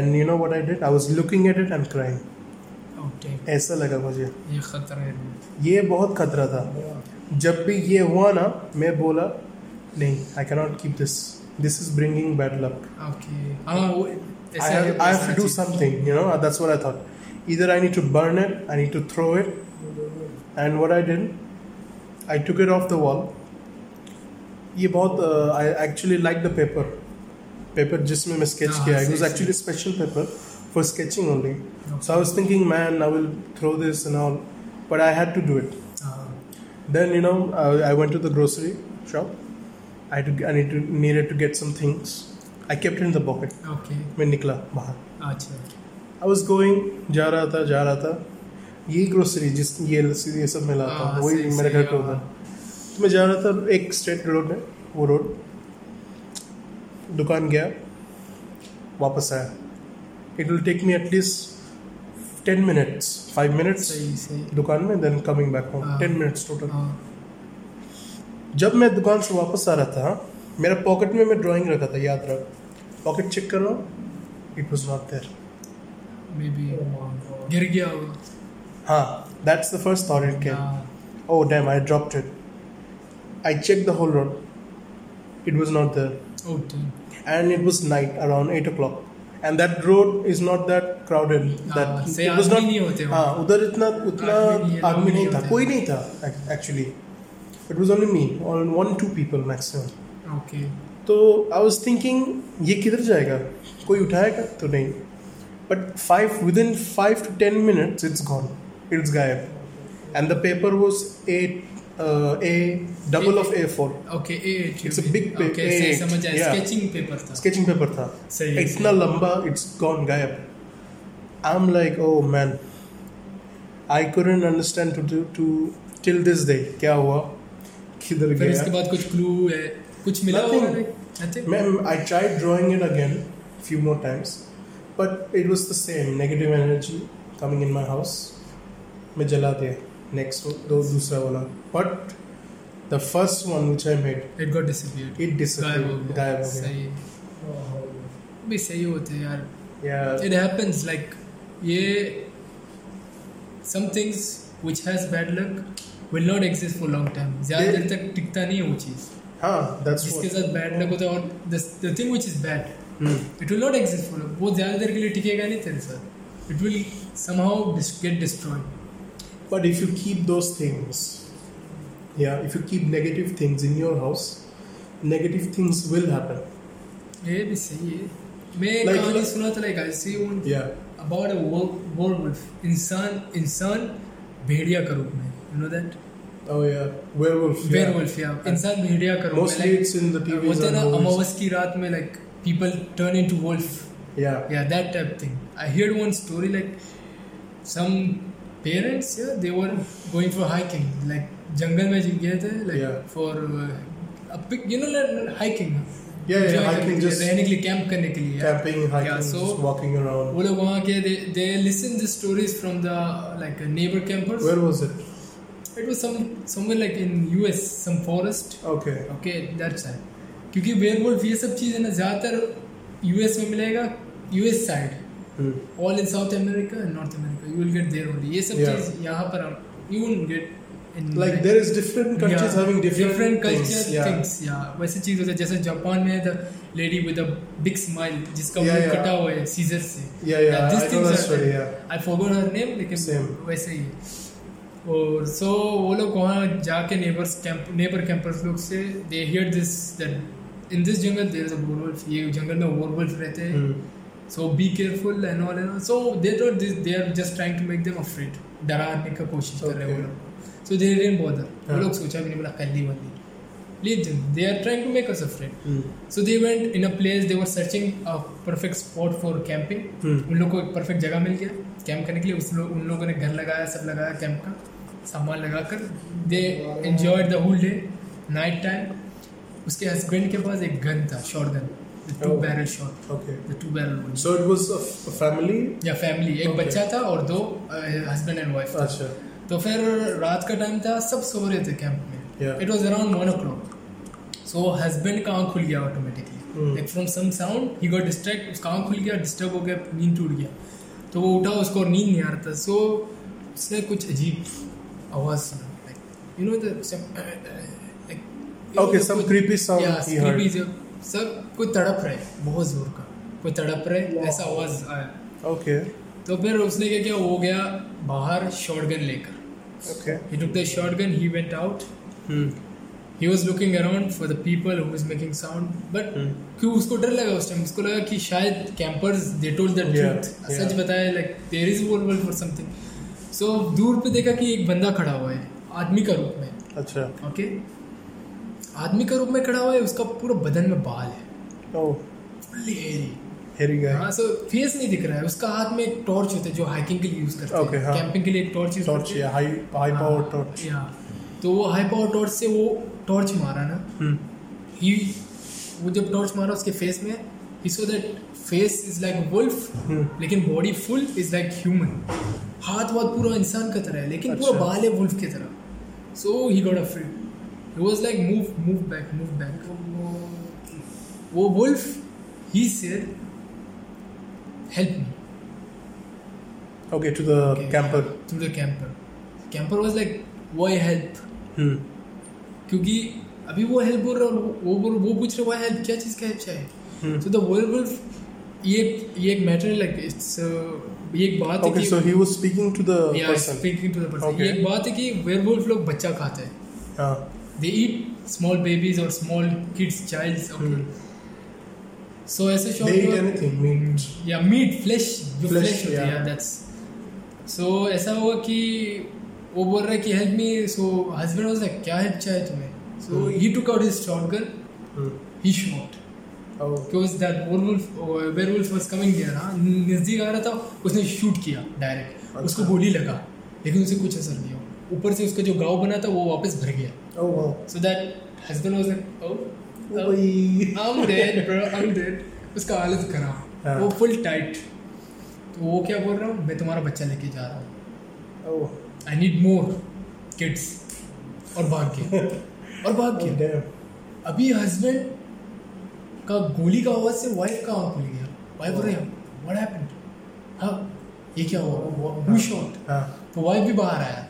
[SPEAKER 1] and you know what I did? I was looking at it and crying.
[SPEAKER 2] Okay
[SPEAKER 1] ऐसा लगा मुझे
[SPEAKER 2] ये खतरा है
[SPEAKER 1] ये बहुत खतरा था जब भी ये हुआ ना मैं बोला नहीं I cannot keep this this is bringing bad luck
[SPEAKER 2] okay हाँ वो
[SPEAKER 1] I have to do something you know that's what I thought either I need to burn it I need to throw it and what I did I took it off the wall ये बहुत uh, I actually like the paper paper जिसमें मैं sketch
[SPEAKER 2] हाँ,
[SPEAKER 1] किया it
[SPEAKER 2] सही,
[SPEAKER 1] was
[SPEAKER 2] सही।
[SPEAKER 1] Actually special paper for sketching only so I was thinking man I will throw this and all but I had to do it
[SPEAKER 2] हाँ
[SPEAKER 1] then you know I went to the grocery shop I to I need to needed to get some things I kept in the pocket
[SPEAKER 2] okay
[SPEAKER 1] मैं निकला बाहर
[SPEAKER 2] अच्छा
[SPEAKER 1] I was going जा रहा था जा रहा था यही ग्रोसरी जिस ये लस्सी ये सब मिला था
[SPEAKER 2] हाँ,
[SPEAKER 1] वही
[SPEAKER 2] सही,
[SPEAKER 1] मेरे घर
[SPEAKER 2] सही,
[SPEAKER 1] पे होता
[SPEAKER 2] हाँ।
[SPEAKER 1] तो मैं जा रहा था एक स्ट्रेट रोड में वो रोड दुकान गया वापस आया it will take me at least ten minutes five minutes
[SPEAKER 2] सही सही
[SPEAKER 1] दुकान में देन कमिंग बैक होम
[SPEAKER 2] हाँ।
[SPEAKER 1] टेन मिनट्स टोटल
[SPEAKER 2] हाँ
[SPEAKER 1] जब मैं दुकान से वापस आ रहा था मेरा पॉकेट में मैं ड्राइंग रखा था याद रख पॉकेट चेक कर रहा हूँ it was not there
[SPEAKER 2] maybe गिर गया होगा
[SPEAKER 1] हाँ that's the first thought it came
[SPEAKER 2] हाँ,
[SPEAKER 1] Oh damn, I dropped it. I checked the whole road. It was not there.
[SPEAKER 2] Okay
[SPEAKER 1] And it was night around 8 o'clock. And that road is not that crowded.
[SPEAKER 2] हाँ,
[SPEAKER 1] That
[SPEAKER 2] से
[SPEAKER 1] it was
[SPEAKER 2] आदमी
[SPEAKER 1] not.
[SPEAKER 2] नहीं होते वहाँ।
[SPEAKER 1] हाँ उधर इतना उतना
[SPEAKER 2] आदमी नहीं है,
[SPEAKER 1] आदमी
[SPEAKER 2] लोग
[SPEAKER 1] नहीं
[SPEAKER 2] नहीं
[SPEAKER 1] था
[SPEAKER 2] होते।
[SPEAKER 1] कोई नहीं था actually it was only me और one two people maximum
[SPEAKER 2] okay
[SPEAKER 1] तो आई वाज थिंकिंग ये किधर जाएगा कोई उठाएगा तो नहीं but five within five to ten minutes it's gone it's गायब and the paper was a a double of A four
[SPEAKER 2] okay a
[SPEAKER 1] It's a big pa-
[SPEAKER 2] okay
[SPEAKER 1] A-
[SPEAKER 2] सही समझ आया
[SPEAKER 1] yeah.
[SPEAKER 2] स्केचिंग पेपर था
[SPEAKER 1] sketching paper था
[SPEAKER 2] सही है,
[SPEAKER 1] इतना लंबा इट्स गॉन गायब I am like oh man I couldn't understand to to till this day क्या हुआ किधर
[SPEAKER 2] फिर
[SPEAKER 1] गया
[SPEAKER 2] इसके बाद कुछ क्लू है कुछ मिला
[SPEAKER 1] Nothing.
[SPEAKER 2] होगा Nothing?
[SPEAKER 1] Ma'am, I tried drawing it again few more times, but it was the same negative energy coming in my house. मैं जला दिया next one- दो दूसरा वाला but the first one which I made
[SPEAKER 2] It got disappeared.
[SPEAKER 1] it
[SPEAKER 2] गायब हो
[SPEAKER 1] disappeared
[SPEAKER 2] गया.
[SPEAKER 1] गायब हो गया
[SPEAKER 2] सही है. भी सही होते हैं यार
[SPEAKER 1] yeah
[SPEAKER 2] इट हैपेंस लाइक ये some things which has bad luck will not exist for long time ज़्यादा
[SPEAKER 1] Yeah.
[SPEAKER 2] देर तक टिकता नहीं है वो चीज़
[SPEAKER 1] हाँ that's
[SPEAKER 2] जिसके
[SPEAKER 1] what
[SPEAKER 2] साथ बैड लक होता है और the thing which is bad
[SPEAKER 1] hmm.
[SPEAKER 2] It will not exist for वो ज़्यादा देर के लिए टिकेगा नहीं तेरे साथ it will somehow get destroyed
[SPEAKER 1] but if you keep those things yeah if you keep negative things in your house negative things will happen
[SPEAKER 2] ये भी सही है मैं एक
[SPEAKER 1] Like-
[SPEAKER 2] कहानी सुना था like I see one
[SPEAKER 1] yeah
[SPEAKER 2] about a wol- werewolf इंसान इंसान भेड़िया का रूप में you know that
[SPEAKER 1] oh yeah werewolf yeah.
[SPEAKER 2] Werewolf या इंसान भेड़िया का रूप
[SPEAKER 1] Mostly
[SPEAKER 2] में
[SPEAKER 1] it's in the
[SPEAKER 2] like,
[SPEAKER 1] TVs
[SPEAKER 2] होता है
[SPEAKER 1] and
[SPEAKER 2] ना
[SPEAKER 1] movies.
[SPEAKER 2] अमावस की रात में like people turn into wolf
[SPEAKER 1] Yeah.
[SPEAKER 2] या that type thing I heard one story like some parents या they were going for hiking like जंगल में गए थे
[SPEAKER 1] Yeah.
[SPEAKER 2] Like for you know hiking
[SPEAKER 1] Yeah, yeah, hiking, just-
[SPEAKER 2] रहने के लिए camp करने के लिए yeah.
[SPEAKER 1] Camping, hiking,
[SPEAKER 2] Yeah, so-
[SPEAKER 1] just walking around.
[SPEAKER 2] वो लोग वहाँ के they listen the stories from the like neighbour campers
[SPEAKER 1] Where was it?
[SPEAKER 2] It was some somewhere like in US some forest
[SPEAKER 1] Okay.
[SPEAKER 2] Okay that side क्योंकि werewolf ये सब चीज़ है ना ज़्यादातर यूएस में मिलेगा US side
[SPEAKER 1] Hmm.
[SPEAKER 2] All in South America and North America you will get there only ये सब
[SPEAKER 1] Yeah.
[SPEAKER 2] चीज़ यहाँ पर आप you will get in
[SPEAKER 1] Like there is different countries having different,
[SPEAKER 2] different
[SPEAKER 1] things.
[SPEAKER 2] culture
[SPEAKER 1] yeah.
[SPEAKER 2] things yeah वैसे चीज होता है जैसे जापान में the lady with a big smile जिसका
[SPEAKER 1] Yeah,
[SPEAKER 2] मुंह
[SPEAKER 1] yeah.
[SPEAKER 2] कटा हुआ है सीजर से
[SPEAKER 1] Yeah, yeah, I know that story,
[SPEAKER 2] I forgot her name लेकिन
[SPEAKER 1] Same.
[SPEAKER 2] वैसे ही और सो वो लोग वहाँ जाके नेबर्स कैंप नेबर कैंपर्स लोग से they hear this that in this जंगल देयर इज अ वोरवुल्फ ये जंगल में वोरवुल्फ रहते हैं
[SPEAKER 1] Hmm.
[SPEAKER 2] So be careful and all and so they don't this they are just trying to make them afraid डराने का कोशिश कर रहे हैं वो
[SPEAKER 1] Okay.
[SPEAKER 2] लोग सो दे डिडंट बॉदर वो
[SPEAKER 1] हाँ.
[SPEAKER 2] लोग सोचा भी नहीं बोला कल्ली वाली leave them they are trying to make us afraid
[SPEAKER 1] Hmm.
[SPEAKER 2] so they went in a place they were searching a perfect spot for camping
[SPEAKER 1] Hmm.
[SPEAKER 2] उन लोग को एक परफेक्ट जगह मिल गया कैंप करने के लिए उस लोग उन लोगों ने घर लगाया सब लगाया कैंप का सामान लगा कर they enjoy the whole day night time उसके हस्बैंड के पास एक गन था short gun the two
[SPEAKER 1] Oh.
[SPEAKER 2] Barrel shot
[SPEAKER 1] Okay.
[SPEAKER 2] The two barrel one
[SPEAKER 1] So it was a, f- a family.
[SPEAKER 2] या फैमिली एक
[SPEAKER 1] Okay.
[SPEAKER 2] बच्चा था और दो हस्बैंड एंड वाइफ
[SPEAKER 1] Acha.
[SPEAKER 2] तो फिर रात का टाइम था सब सो रहे थे कैंप
[SPEAKER 1] Yeah.
[SPEAKER 2] में it was around one o'clock so husband का आँख खुल गया automatically
[SPEAKER 1] Hmm.
[SPEAKER 2] Like from some sound he got distract उसका आँख खुल गया डिस्टर्ब हो गया नींद टूट गया तो वो उठा उसको और नींद नहीं आ रहा था सो उसने कुछ अजीब आवाज़ सुना like you know *coughs* like
[SPEAKER 1] Okay, some creepy sound he heard.
[SPEAKER 2] creepy जो सब कोई तड़प रहा है बहुत जोर का कोई तड़प रहा है
[SPEAKER 1] Wow.
[SPEAKER 2] ऐसा आवाज़ आया
[SPEAKER 1] Okay.
[SPEAKER 2] तो फिर उसने क्या किया वो गया बाहर शॉटगन लेकर
[SPEAKER 1] Okay.
[SPEAKER 2] He took the shotgun, he went out.
[SPEAKER 1] Hmm.
[SPEAKER 2] He was looking around for the people who was making sound. But
[SPEAKER 1] Hmm.
[SPEAKER 2] क्यों उसको डर लगा उस टाइम उसको लगा कि शायद campers they told the
[SPEAKER 1] Yeah,
[SPEAKER 2] truth सच
[SPEAKER 1] yeah.
[SPEAKER 2] बताया like there is wolf for something so दूर पे देखा कि एक बंदा खड़ा हुआ है आदमी का रूप में
[SPEAKER 1] Acha.
[SPEAKER 2] ओके आदमी का रूप में खड़ा हुआ है उसका पूरा बदन में बाल है
[SPEAKER 1] Oh,
[SPEAKER 2] fully hairy
[SPEAKER 1] hairy guy.
[SPEAKER 2] हाँ सो फेस नहीं दिख रहा है उसका हाथ में एक टॉर्च होता है जो हाइकिंग के लिए यूज करते
[SPEAKER 1] Okay,
[SPEAKER 2] हैं
[SPEAKER 1] हाँ.
[SPEAKER 2] कैंपिंग के लिए एक टॉर्च यूज
[SPEAKER 1] Torch.
[SPEAKER 2] करते हैं
[SPEAKER 1] Yeah. High high
[SPEAKER 2] Ah.
[SPEAKER 1] power torch.
[SPEAKER 2] या तो वो हाई पावर टॉर्च से वो टॉर्च मारा ना
[SPEAKER 1] Hmm.
[SPEAKER 2] ही वो जब टॉर्च मारा उसके फेस में ही so that face is like wolf
[SPEAKER 1] Hmm.
[SPEAKER 2] लेकिन body full is like human हाथ वाथ पूरा इंसान का तरह है लेकिन पूरा
[SPEAKER 1] अच्छा।
[SPEAKER 2] बाल है वुल्फ की तरह so he got a friend he was like move move back move back वो wolf he said help me
[SPEAKER 1] Okay. To the camper.
[SPEAKER 2] To the camper camper was like why help
[SPEAKER 1] Hmm.
[SPEAKER 2] क्योंकि अभी वो help बोल रहा है और वो बोल वो पूछ रहा है हेल्प क्या चीज़ का हेल्प चाहिए
[SPEAKER 1] हम्म।
[SPEAKER 2] तो द वर्ल्ड वर्ल्ड ये ये एक मैटर लाइक इट्स uh, ये एक बात है
[SPEAKER 1] Okay.
[SPEAKER 2] कि
[SPEAKER 1] So he was speaking to the
[SPEAKER 2] Yeah,
[SPEAKER 1] person.
[SPEAKER 2] speaking to the person.
[SPEAKER 1] Okay.
[SPEAKER 2] ये एक बात है कि werewolf लोग बच्चा खाते हैं
[SPEAKER 1] Yeah.
[SPEAKER 2] They eat small babies और small kids
[SPEAKER 1] Hmm.
[SPEAKER 2] Child so ऐसे
[SPEAKER 1] They eat
[SPEAKER 2] shop
[SPEAKER 1] anything. Meat.
[SPEAKER 2] या मीट फ्लेश जो
[SPEAKER 1] Flesh,
[SPEAKER 2] फ्लेश होती
[SPEAKER 1] yeah.
[SPEAKER 2] है दैट्स सो ऐसा हुआ कि वो बोल रहा है कि help me so husband was like क्या हेल्प चाहिए तुम्हें so
[SPEAKER 1] Hmm.
[SPEAKER 2] He took out his shotgun
[SPEAKER 1] Hmm.
[SPEAKER 2] he shot
[SPEAKER 1] Oh.
[SPEAKER 2] because that werewolf uh, werewolf was coming there हाँ नज़दीक आ रहा था उसने शूट किया डायरेक्ट
[SPEAKER 1] अच्छा।
[SPEAKER 2] उसको गोली लगा लेकिन उसे कुछ असर नहीं हुआ ऊपर से उसका जो गाँव बना था वो वापस भर गया
[SPEAKER 1] Oh wow.
[SPEAKER 2] So that husband was like oh
[SPEAKER 1] Oi.
[SPEAKER 2] I'm dead bro I'm dead उसका हालत खराब
[SPEAKER 1] हाँ।
[SPEAKER 2] वो फुल टाइट तो वो क्या बोल रहा हूँ मैं तुम्हारा बच्चा लेके जा रहा हूँ
[SPEAKER 1] Oh.
[SPEAKER 2] I need more kids और
[SPEAKER 1] *laughs*
[SPEAKER 2] भाग के और भाग
[SPEAKER 1] Oh,
[SPEAKER 2] के
[SPEAKER 1] damn.
[SPEAKER 2] अभी हस्बैंड का गोली का आवाज से वाइफ का आँख खुल गया वाइफ बोल रही व्हाट हैपेंड हाँ ये क्या हुआ हु शॉट
[SPEAKER 1] Yeah.
[SPEAKER 2] तो वाइफ भी बाहर आया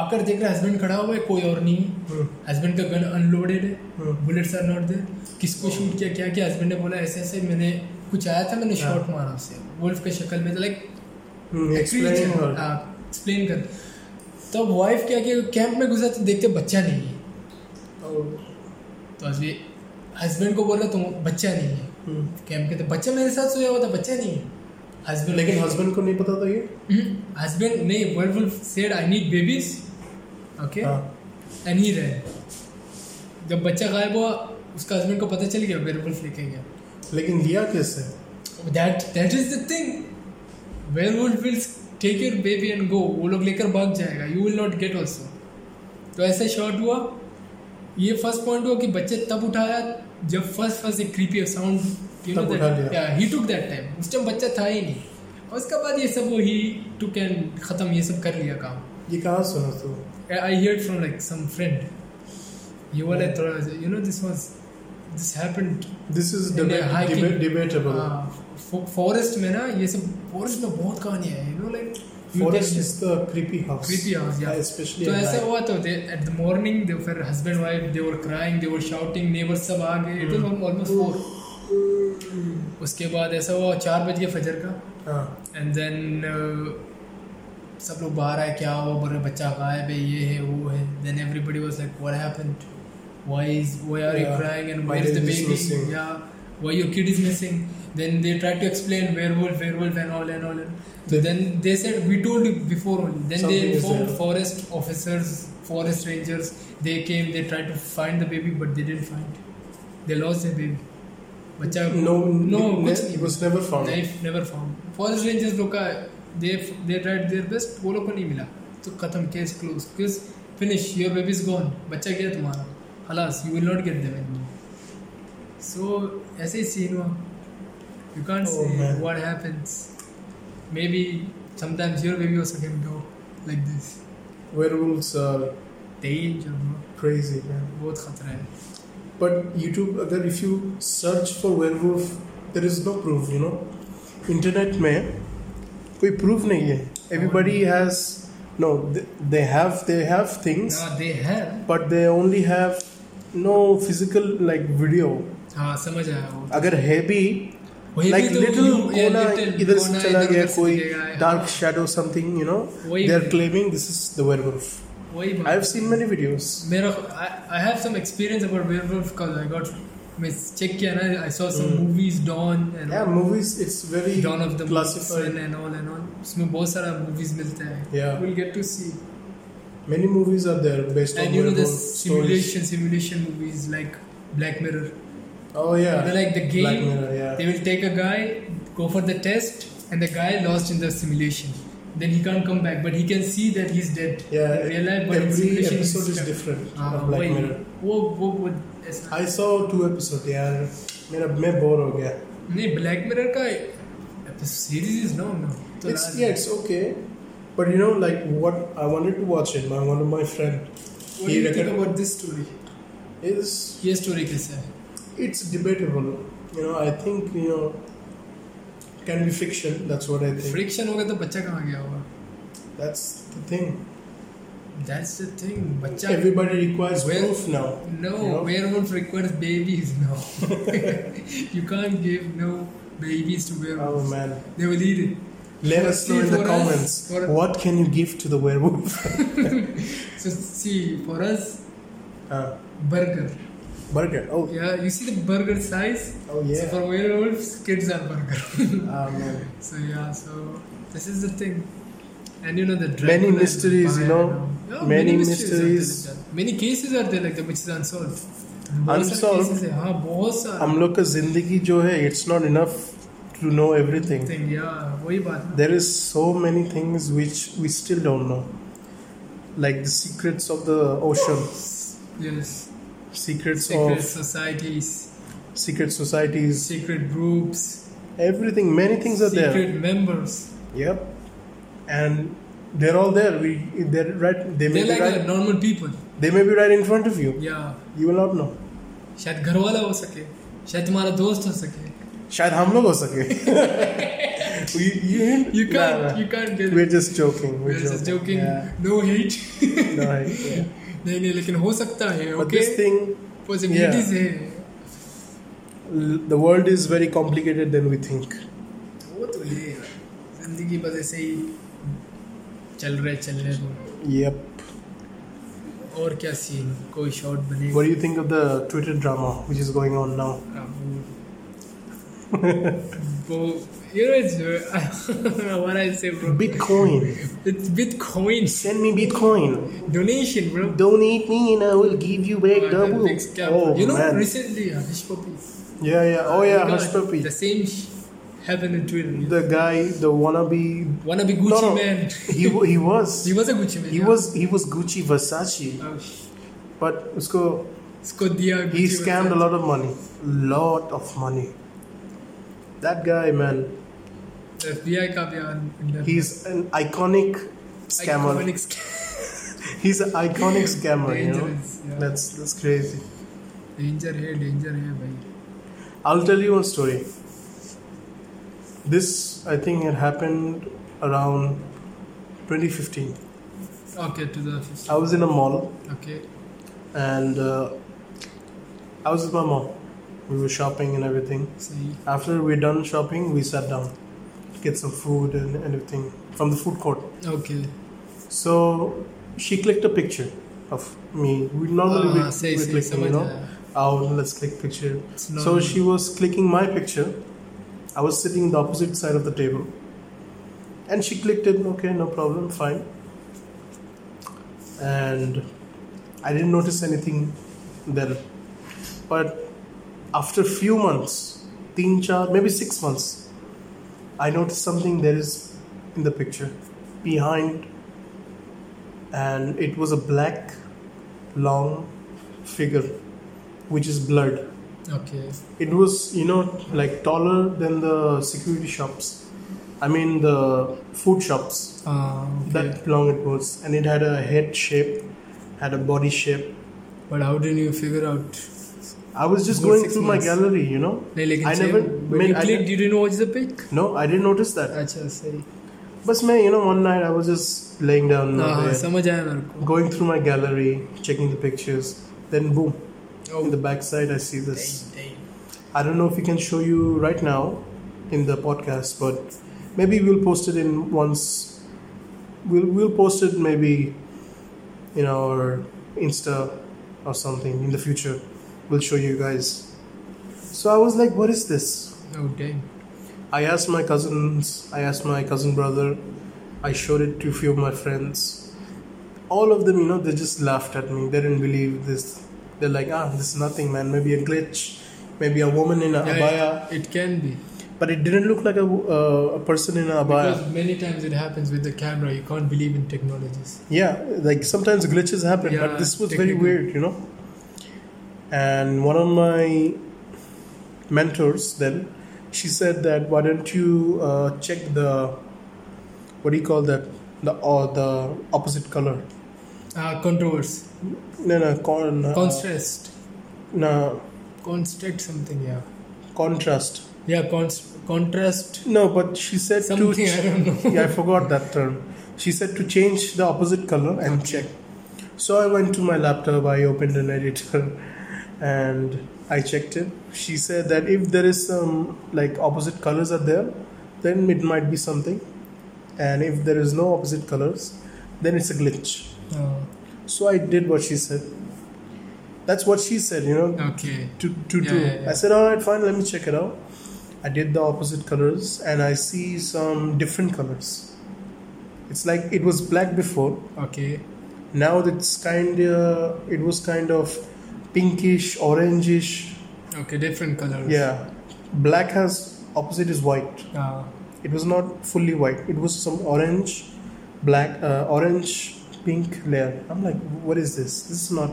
[SPEAKER 2] आकर देख रहा हस्बैंड खड़ा हुआ है कोई और नहीं है
[SPEAKER 1] Hmm.
[SPEAKER 2] हस्बैंड का गन अनलोडेड है
[SPEAKER 1] हम्म।
[SPEAKER 2] बुलेट्स आर नॉट देयर किसको शूट किया क्या किया हस्बैंड ने बोला ऐसे ऐसे मैंने कुछ आया था मैंने
[SPEAKER 1] हाँ।
[SPEAKER 2] शॉट मारा उसे वुल्फ के शक्ल में like
[SPEAKER 1] Hmm. Explaining her.
[SPEAKER 2] Explain हाँ, कर तब वाइफ क्या किया कैंप में घुसा तो देखते बच्चा नहीं है Uh,
[SPEAKER 1] Oh.
[SPEAKER 2] तो हस्बैंड हस्बैंड को बोल रहा तुम बच्चा नहीं है
[SPEAKER 1] Hmm.
[SPEAKER 2] कैंप के तो बच्चा मेरे साथ सोया हुआ था बच्चा नहीं है हस्बैंड
[SPEAKER 1] लेकिन हस्बैंड को नहीं पता था ये
[SPEAKER 2] हस्बैंड नहीं world said I need babies okay
[SPEAKER 1] हाँ
[SPEAKER 2] एंड ही रहे जब बच्चा गायब हुआ उसका हस्बैंड को पता चल गया वेयरवुल्फ लेके गया
[SPEAKER 1] लेकिन लिया कैसे
[SPEAKER 2] that that is the thing werewolf will take your baby and go वो लोग लेकर भाग जाएगा you will not get also तो ऐसे शॉर्ट हुआ ये फर्स्ट पॉइंट हुआ कि बच्चे तब उठाया जब फर्स्ट फर्स्ट एक क्रीपी साउंड
[SPEAKER 1] तब उठा लिया।
[SPEAKER 2] ही टुक दैट टाइम उस टाइम बच्चा था ही नहीं और उसके बाद ये सब वो ही टुक एंड ख़त्म ये सब कर लिया काम
[SPEAKER 1] ये कहाँ सुना तू
[SPEAKER 2] I I heard from like some friend. You were like, "Toraj, you know, this was, this happened.
[SPEAKER 1] This is
[SPEAKER 2] In the hiking.
[SPEAKER 1] Debatable
[SPEAKER 2] Uh, fo- forest में ना ये सब forest में बहुत कहानियाँ हैं. You know, like you
[SPEAKER 1] forest
[SPEAKER 2] can-
[SPEAKER 1] is the creepy house
[SPEAKER 2] creepy house. Yeah.
[SPEAKER 1] Specially
[SPEAKER 2] तो ऐसा हुआ तो they at the morning they फिर husband wife they were crying they were shouting neighbors सब आ गए it was almost four उसके बाद ऐसा हुआ चार बज गए फजर का
[SPEAKER 1] हाँ
[SPEAKER 2] एंड देन uh, सब लोग बाहर आए क्या हुआ बोल रहे बच्चा गायब है ये है वो है then everybody was like what happened why is why are you
[SPEAKER 1] Yeah.
[SPEAKER 2] Crying and
[SPEAKER 1] My
[SPEAKER 2] why is the
[SPEAKER 1] baby is missing.
[SPEAKER 2] Baby या why your kid is missing then they try to explain werewolf werewolf and all and all and then they said we told you before only then they
[SPEAKER 1] Something is
[SPEAKER 2] inform
[SPEAKER 1] there.
[SPEAKER 2] Forest officers forest rangers they came they try to find the baby but they didn't find they lost the baby बच्चा
[SPEAKER 1] no
[SPEAKER 2] No,
[SPEAKER 1] no
[SPEAKER 2] कुछ
[SPEAKER 1] it was never found
[SPEAKER 2] knife never found forest rangers लोग का they they tried their best वो लोग को नहीं मिला तो खत्म case close case finish your baby is gone बच्चा गया तुम्हारा खलास you will not get them so ऐसे ही सीन हुआ you can't
[SPEAKER 1] Oh,
[SPEAKER 2] say
[SPEAKER 1] man.
[SPEAKER 2] What happens maybe sometimes your baby also can go like this
[SPEAKER 1] where rules are
[SPEAKER 2] danger
[SPEAKER 1] crazy, man.
[SPEAKER 2] बहुत खतरा है
[SPEAKER 1] But YouTube, अगर if you search for werewolf, there is no proof, you know. Internet में कोई proof नहीं है. Everybody has no, they, they have they have things,
[SPEAKER 2] ना दे है
[SPEAKER 1] but they only have no physical like video.
[SPEAKER 2] हाँ समझ आया वो
[SPEAKER 1] अगर है भी
[SPEAKER 2] वही
[SPEAKER 1] like
[SPEAKER 2] भी तो
[SPEAKER 1] little
[SPEAKER 2] you- yeah,
[SPEAKER 1] कोना
[SPEAKER 2] little
[SPEAKER 1] इधर से
[SPEAKER 2] कोना
[SPEAKER 1] चला
[SPEAKER 2] इधर
[SPEAKER 1] गया
[SPEAKER 2] उधर से
[SPEAKER 1] कोई
[SPEAKER 2] दिखेगा, हाँ।
[SPEAKER 1] dark shadow something you know
[SPEAKER 2] वही
[SPEAKER 1] they are
[SPEAKER 2] भी।
[SPEAKER 1] claiming this is the werewolf
[SPEAKER 2] वही
[SPEAKER 1] I
[SPEAKER 2] बात
[SPEAKER 1] have seen many videos
[SPEAKER 2] मेरा I have some experience about werewolf cuz I got मैं चेक किया ना I saw some
[SPEAKER 1] Hmm.
[SPEAKER 2] Movies dawn एंड
[SPEAKER 1] yeah movies it's very
[SPEAKER 2] dawn of the
[SPEAKER 1] classified
[SPEAKER 2] classified and all and all उसमें बहुत सारा movies मिलता है
[SPEAKER 1] Yeah.
[SPEAKER 2] Will get to see
[SPEAKER 1] many movies are there based on
[SPEAKER 2] and you know the
[SPEAKER 1] werewolf stories
[SPEAKER 2] simulation simulation movies like Black Mirror
[SPEAKER 1] oh yeah
[SPEAKER 2] You know, like the
[SPEAKER 1] Black
[SPEAKER 2] game,
[SPEAKER 1] Mirror, yeah
[SPEAKER 2] they will take a guy go for the test and the guy lost in the simulation then he can't come back but he can see that he's dead
[SPEAKER 1] yeah
[SPEAKER 2] in real life but in
[SPEAKER 1] every
[SPEAKER 2] simulation he's
[SPEAKER 1] episode is
[SPEAKER 2] stuck.
[SPEAKER 1] different
[SPEAKER 2] हाँ,
[SPEAKER 1] of Black
[SPEAKER 2] वही।
[SPEAKER 1] Mirror
[SPEAKER 2] वो वो वो ऐसा
[SPEAKER 1] I saw two episodes यार मेरा मैं bore हो गया
[SPEAKER 2] नहीं ब्लैक मिरर का सीरीज इज लॉन्ग ना
[SPEAKER 1] it's yeah it's okay but you know like what I wanted to watch it my one of my friend he recommended
[SPEAKER 2] about this story
[SPEAKER 1] is
[SPEAKER 2] ये story कैसा है
[SPEAKER 1] it's debatable you know i think you know can be fiction that's what i think
[SPEAKER 2] friction होगा तो बच्चा कहाँ गया होगा
[SPEAKER 1] that's the thing
[SPEAKER 2] that's the thing बच्चा
[SPEAKER 1] everybody requires
[SPEAKER 2] Well,
[SPEAKER 1] proof now
[SPEAKER 2] No,
[SPEAKER 1] you know?
[SPEAKER 2] werewolf requires babies now. *laughs* you can't give no babies to
[SPEAKER 1] oh
[SPEAKER 2] werewolves.
[SPEAKER 1] man
[SPEAKER 2] They will eat it.
[SPEAKER 1] let us know in the
[SPEAKER 2] for us-
[SPEAKER 1] comments
[SPEAKER 2] for-
[SPEAKER 1] what can you give to the werewolf *laughs*
[SPEAKER 2] So see, for us,
[SPEAKER 1] uh,
[SPEAKER 2] burger.
[SPEAKER 1] burger oh
[SPEAKER 2] Yeah, you see the burger size.
[SPEAKER 1] oh
[SPEAKER 2] So
[SPEAKER 1] yeah
[SPEAKER 2] for werewolves, kids are burger.
[SPEAKER 1] Ah, man.
[SPEAKER 2] so yeah, so this is the thing. And you know the
[SPEAKER 1] Many
[SPEAKER 2] Dracula
[SPEAKER 1] mysteries, you know,
[SPEAKER 2] vampire and all. Yeah,
[SPEAKER 1] many
[SPEAKER 2] are there
[SPEAKER 1] mysteries.
[SPEAKER 2] like that. Many cases are there like that which is unsolved.
[SPEAKER 1] Unsolved? Um,
[SPEAKER 2] Cases, हाँ बहुत सारे
[SPEAKER 1] हम लोग का जिंदगी जो है it's not enough to know everything
[SPEAKER 2] thing yeah वही बात ना
[SPEAKER 1] there is so many things which we still don't know like the secrets of the ocean
[SPEAKER 2] yes
[SPEAKER 1] secrets
[SPEAKER 2] secret
[SPEAKER 1] of
[SPEAKER 2] societies,
[SPEAKER 1] secret societies
[SPEAKER 2] secret groups,
[SPEAKER 1] everything many things are
[SPEAKER 2] secret
[SPEAKER 1] there
[SPEAKER 2] members.
[SPEAKER 1] yep and they're all there we they're right they may
[SPEAKER 2] They're
[SPEAKER 1] be
[SPEAKER 2] like
[SPEAKER 1] right
[SPEAKER 2] a normal people.
[SPEAKER 1] they may be right in front of you
[SPEAKER 2] Yeah.
[SPEAKER 1] you will not know
[SPEAKER 2] शायद घर वाला हो सके शायद तुम्हारा दोस्त हो सके
[SPEAKER 1] शायद हम लोग हो सके *laughs* you, you,
[SPEAKER 2] You can't,
[SPEAKER 1] Nah, nah.
[SPEAKER 2] you can't get
[SPEAKER 1] we're just joking we're,
[SPEAKER 2] We're just joking.
[SPEAKER 1] Yeah.
[SPEAKER 2] No hate. *laughs*
[SPEAKER 1] No, I- yeah.
[SPEAKER 2] नहीं नहीं लेकिन हो सकता है
[SPEAKER 1] but
[SPEAKER 2] okay
[SPEAKER 1] this thing
[SPEAKER 2] possibilities है
[SPEAKER 1] l- the world is very complicated than we think
[SPEAKER 2] वो तो है यार। जिंदगी बस ऐसे ही चल रहे चल रहे तो
[SPEAKER 1] yep
[SPEAKER 2] और क्या सीन कोई शॉट
[SPEAKER 1] what
[SPEAKER 2] बने
[SPEAKER 1] do you think of the twitter drama which is going on now
[SPEAKER 2] वो you know it's *laughs* what I say bro
[SPEAKER 1] bitcoin
[SPEAKER 2] It's Bitcoin
[SPEAKER 1] send me bitcoin
[SPEAKER 2] donation, bro.
[SPEAKER 1] Donate me and I will give you back double.
[SPEAKER 2] Big scam.
[SPEAKER 1] Oh,
[SPEAKER 2] you know,
[SPEAKER 1] man.
[SPEAKER 2] recently, Harish Papi.
[SPEAKER 1] yeah, yeah. Oh, yeah, Hush
[SPEAKER 2] The
[SPEAKER 1] Puppy.
[SPEAKER 2] same sh- happened in Twitter.
[SPEAKER 1] The guy, the wannabe.
[SPEAKER 2] Wanna be Gucci
[SPEAKER 1] No, no.
[SPEAKER 2] man.
[SPEAKER 1] He, wa- he
[SPEAKER 2] *laughs*
[SPEAKER 1] was.
[SPEAKER 2] he was a Gucci man.
[SPEAKER 1] He
[SPEAKER 2] yeah.
[SPEAKER 1] was he was Gucci Versace,
[SPEAKER 2] Oh, sh-
[SPEAKER 1] but उसको
[SPEAKER 2] इसको दिया
[SPEAKER 1] he
[SPEAKER 2] Gucci
[SPEAKER 1] scammed a
[SPEAKER 2] was-
[SPEAKER 1] lot of money, lot of money. That guy, man,
[SPEAKER 2] FBI का बयान
[SPEAKER 1] he's an iconic scammer.
[SPEAKER 2] Iconic scam.
[SPEAKER 1] He's an iconic scammer, you know.
[SPEAKER 2] Dangerous, yeah.
[SPEAKER 1] That's that's crazy.
[SPEAKER 2] Danger है danger है भाई
[SPEAKER 1] I'll tell you one story. This, I think, it happened around 2015.
[SPEAKER 2] okay 2015
[SPEAKER 1] I was in a mall
[SPEAKER 2] okay
[SPEAKER 1] and uh, I was with my mom. We were shopping and everything.
[SPEAKER 2] सही
[SPEAKER 1] After we're done shopping, we sat down to get some food and everything from the food court.
[SPEAKER 2] okay
[SPEAKER 1] So she clicked a picture of me. We normally we,
[SPEAKER 2] Ah, say,
[SPEAKER 1] we
[SPEAKER 2] say,
[SPEAKER 1] click, you
[SPEAKER 2] समझ
[SPEAKER 1] know.
[SPEAKER 2] आया.
[SPEAKER 1] out let's click picture.
[SPEAKER 2] It's
[SPEAKER 1] So
[SPEAKER 2] normal.
[SPEAKER 1] she was clicking my picture. I was sitting the opposite side of the table. And she clicked it, okay, no problem, fine. And I didn't notice anything then. But after few months, teen char, maybe six months, I noticed something there is in the picture behind and it was a black long figure which is blurred
[SPEAKER 2] okay
[SPEAKER 1] It was, you know, like taller than the security shops. I mean, the food shops.
[SPEAKER 2] uh, okay
[SPEAKER 1] That long it was. And it had a head shape, had a body shape.
[SPEAKER 2] but how did you figure out
[SPEAKER 1] I was just
[SPEAKER 2] Good
[SPEAKER 1] going
[SPEAKER 2] six
[SPEAKER 1] through
[SPEAKER 2] months.
[SPEAKER 1] my gallery, you know.
[SPEAKER 2] नहीं लेकिन
[SPEAKER 1] I
[SPEAKER 2] सही,
[SPEAKER 1] never
[SPEAKER 2] when
[SPEAKER 1] made.
[SPEAKER 2] you
[SPEAKER 1] I
[SPEAKER 2] clicked
[SPEAKER 1] ne-
[SPEAKER 2] you didn't watch the pic
[SPEAKER 1] no, I didn't notice that.
[SPEAKER 2] अच्छा सही
[SPEAKER 1] But man, you know, one night I was just laying down,
[SPEAKER 2] हाँ हाँ,
[SPEAKER 1] there,
[SPEAKER 2] समझ आया मेरे को
[SPEAKER 1] going through my gallery, checking the pictures. Then boom,
[SPEAKER 2] Oh,
[SPEAKER 1] in the backside I see this. I don't know if we can show you right now in the podcast, but maybe we'll post it in once. We'll we'll post it maybe in our Insta or something in the future. We'll show you guys. So I was like, what is this?
[SPEAKER 2] Oh, damn.
[SPEAKER 1] I asked my cousins. I asked my cousin brother. I showed it to a few of my friends. All of them, you know, they just laughed at me. They didn't believe this. They're like, ah, this is nothing, man. Maybe a glitch. Maybe a woman in a
[SPEAKER 2] Yeah,
[SPEAKER 1] abaya.
[SPEAKER 2] yeah, it can be
[SPEAKER 1] But it didn't look like a, uh, a person in a abaya.
[SPEAKER 2] because many times it happens with the camera. You can't believe in technologies.
[SPEAKER 1] yeah, like sometimes glitches happen, but
[SPEAKER 2] Yeah,
[SPEAKER 1] this was very
[SPEAKER 2] technical.
[SPEAKER 1] weird, you know. And one of my mentors then, she said that why don't you uh, check the what do you call that the or the opposite color?
[SPEAKER 2] Uh, controversy,
[SPEAKER 1] No, no, con, uh,
[SPEAKER 2] contrast,
[SPEAKER 1] no,
[SPEAKER 2] contrast something. Yeah,
[SPEAKER 1] contrast.
[SPEAKER 2] yeah, const- contrast
[SPEAKER 1] No, but she said to
[SPEAKER 2] something.
[SPEAKER 1] ch-
[SPEAKER 2] I don't know.
[SPEAKER 1] yeah, I forgot that term. She said to change the opposite color and check. So I went to my laptop, I opened an editor, and I checked it. She said that if there is some like opposite colors are there, then it might be something, and if there is no opposite colors, then it's a glitch.
[SPEAKER 2] *laughs* Uh,
[SPEAKER 1] So I did what she said. That's what she said, you know
[SPEAKER 2] okay.
[SPEAKER 1] to, to
[SPEAKER 2] Yeah,
[SPEAKER 1] do.
[SPEAKER 2] yeah, yeah.
[SPEAKER 1] I said, all right, fine, let me check it out. I did the opposite colors and I see some different colors. It's like it was black before.
[SPEAKER 2] Okay.
[SPEAKER 1] Now it's kind of it was kind of pinkish, orangish.
[SPEAKER 2] Okay. Different colors.
[SPEAKER 1] Yeah, black has opposite is white.
[SPEAKER 2] Uh,
[SPEAKER 1] It was not fully white. It was some orange, black, uh, orange, pink layer. I'm like, what is this? This is not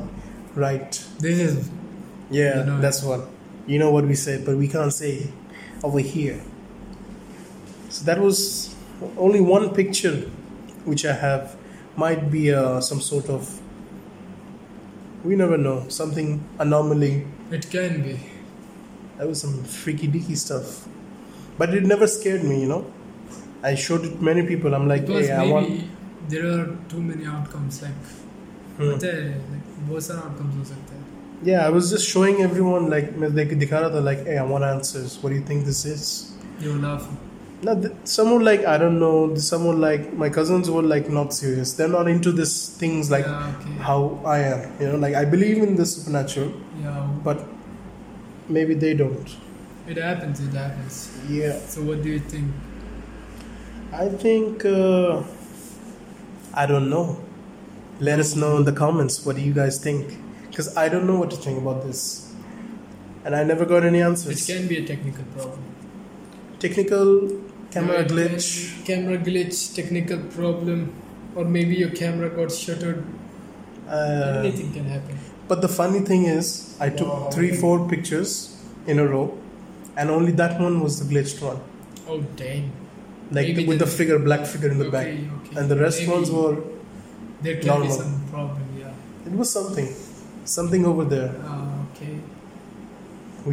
[SPEAKER 1] right.
[SPEAKER 2] this is
[SPEAKER 1] Yeah,
[SPEAKER 2] You know it.
[SPEAKER 1] that's what. You know what we said, but we can't say over here. So that was only one picture which I have. Might be uh, some sort of. We never know. Something anomaly.
[SPEAKER 2] it can be.
[SPEAKER 1] That was some freaky deaky stuff. But it never scared me, you know. I showed it many people. I'm like,
[SPEAKER 2] Because
[SPEAKER 1] hey, I
[SPEAKER 2] maybe
[SPEAKER 1] want.
[SPEAKER 2] there are too many outcomes. Like,
[SPEAKER 1] Hmm.
[SPEAKER 2] पता है, like बहुत सारा outcomes हो सकता है.
[SPEAKER 1] Yeah, I was just showing everyone, like, मैं देख- दिखा रहा था, like, hey, I want answers. What do you think this is?
[SPEAKER 2] You laugh.
[SPEAKER 1] No, th- someone like I don't know. Someone like my cousins were like not serious. They're not into this things like
[SPEAKER 2] yeah, okay.
[SPEAKER 1] how I am. You know, like I believe in the supernatural,
[SPEAKER 2] yeah.
[SPEAKER 1] but maybe they don't.
[SPEAKER 2] It happens. It happens.
[SPEAKER 1] Yeah,
[SPEAKER 2] So what do you think?
[SPEAKER 1] I think uh, I don't know. Let us know in the comments what do you guys think, because I don't know what to think about this, and I never got any
[SPEAKER 2] It
[SPEAKER 1] answers.
[SPEAKER 2] can be a technical problem.
[SPEAKER 1] Technical camera
[SPEAKER 2] It can
[SPEAKER 1] glitch.
[SPEAKER 2] be Camera glitch, technical problem, or maybe your camera got shuttered.
[SPEAKER 1] Uh,
[SPEAKER 2] Anything can happen.
[SPEAKER 1] But the funny thing is, I took
[SPEAKER 2] Wow.
[SPEAKER 1] three, four pictures in a row, and only that one was the glitched one,
[SPEAKER 2] Oh damn.
[SPEAKER 1] like
[SPEAKER 2] Maybe
[SPEAKER 1] with the
[SPEAKER 2] then-
[SPEAKER 1] figure, black figure in the
[SPEAKER 2] okay, okay.
[SPEAKER 1] back, and the rest
[SPEAKER 2] Maybe
[SPEAKER 1] ones were.
[SPEAKER 2] There can
[SPEAKER 1] normal.
[SPEAKER 2] be some problem. Yeah.
[SPEAKER 1] It was something, something over there.
[SPEAKER 2] Ah, okay.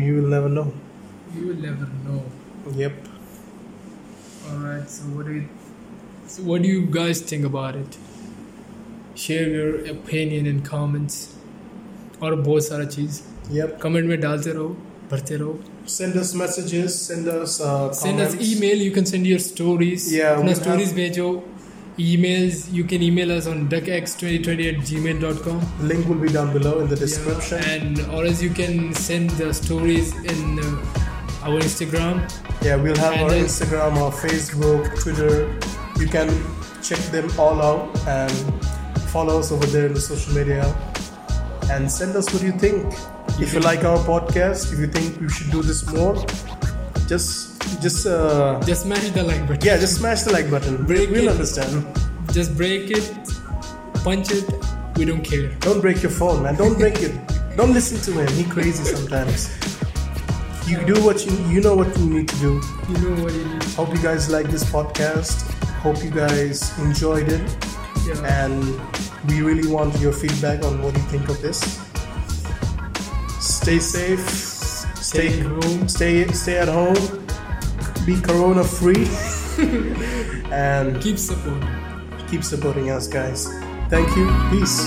[SPEAKER 1] You will never know.
[SPEAKER 2] You will never know.
[SPEAKER 1] Yep.
[SPEAKER 2] All right. So what do you? So what do you guys think about it? Share your opinion in comments. और बहुत सारा चीज़
[SPEAKER 1] Yep.
[SPEAKER 2] Comment में डालते रहो भरते रहो
[SPEAKER 1] Send us messages. Send us. Uh,
[SPEAKER 2] send us
[SPEAKER 1] comments.
[SPEAKER 2] email you can send your stories
[SPEAKER 1] Yeah,
[SPEAKER 2] अपना
[SPEAKER 1] we
[SPEAKER 2] stories भेजो emails you can email us on duckx2020 at gmail.com
[SPEAKER 1] Link will be down below in the description.
[SPEAKER 2] yeah, and or else you can send the stories in uh, our instagram
[SPEAKER 1] Yeah, we'll have
[SPEAKER 2] And
[SPEAKER 1] our
[SPEAKER 2] then-
[SPEAKER 1] Instagram, our Facebook, Twitter. You can check them all out and follow us over there in the social media. And send us what you think. If you like our podcast, if you think we should do this more, just just uh,
[SPEAKER 2] just smash the like button
[SPEAKER 1] yeah, just smash the like button. We,
[SPEAKER 2] Break
[SPEAKER 1] we'll
[SPEAKER 2] it.
[SPEAKER 1] understand.
[SPEAKER 2] just break it punch it we don't care
[SPEAKER 1] Don't break your phone, man. Don't break it. Don't listen to him. He crazy sometimes. you do what you, you know what you need to do.
[SPEAKER 2] You know what it is.
[SPEAKER 1] Hope you guys like this podcast. Hope you guys enjoyed it.
[SPEAKER 2] Yeah.
[SPEAKER 1] And we really want your feedback on what you think of this. Stay safe. Stay
[SPEAKER 2] Stay at home.
[SPEAKER 1] Stay stay at home. Be corona free. and
[SPEAKER 2] Keep supporting.
[SPEAKER 1] keep supporting us guys. Thank you. Peace.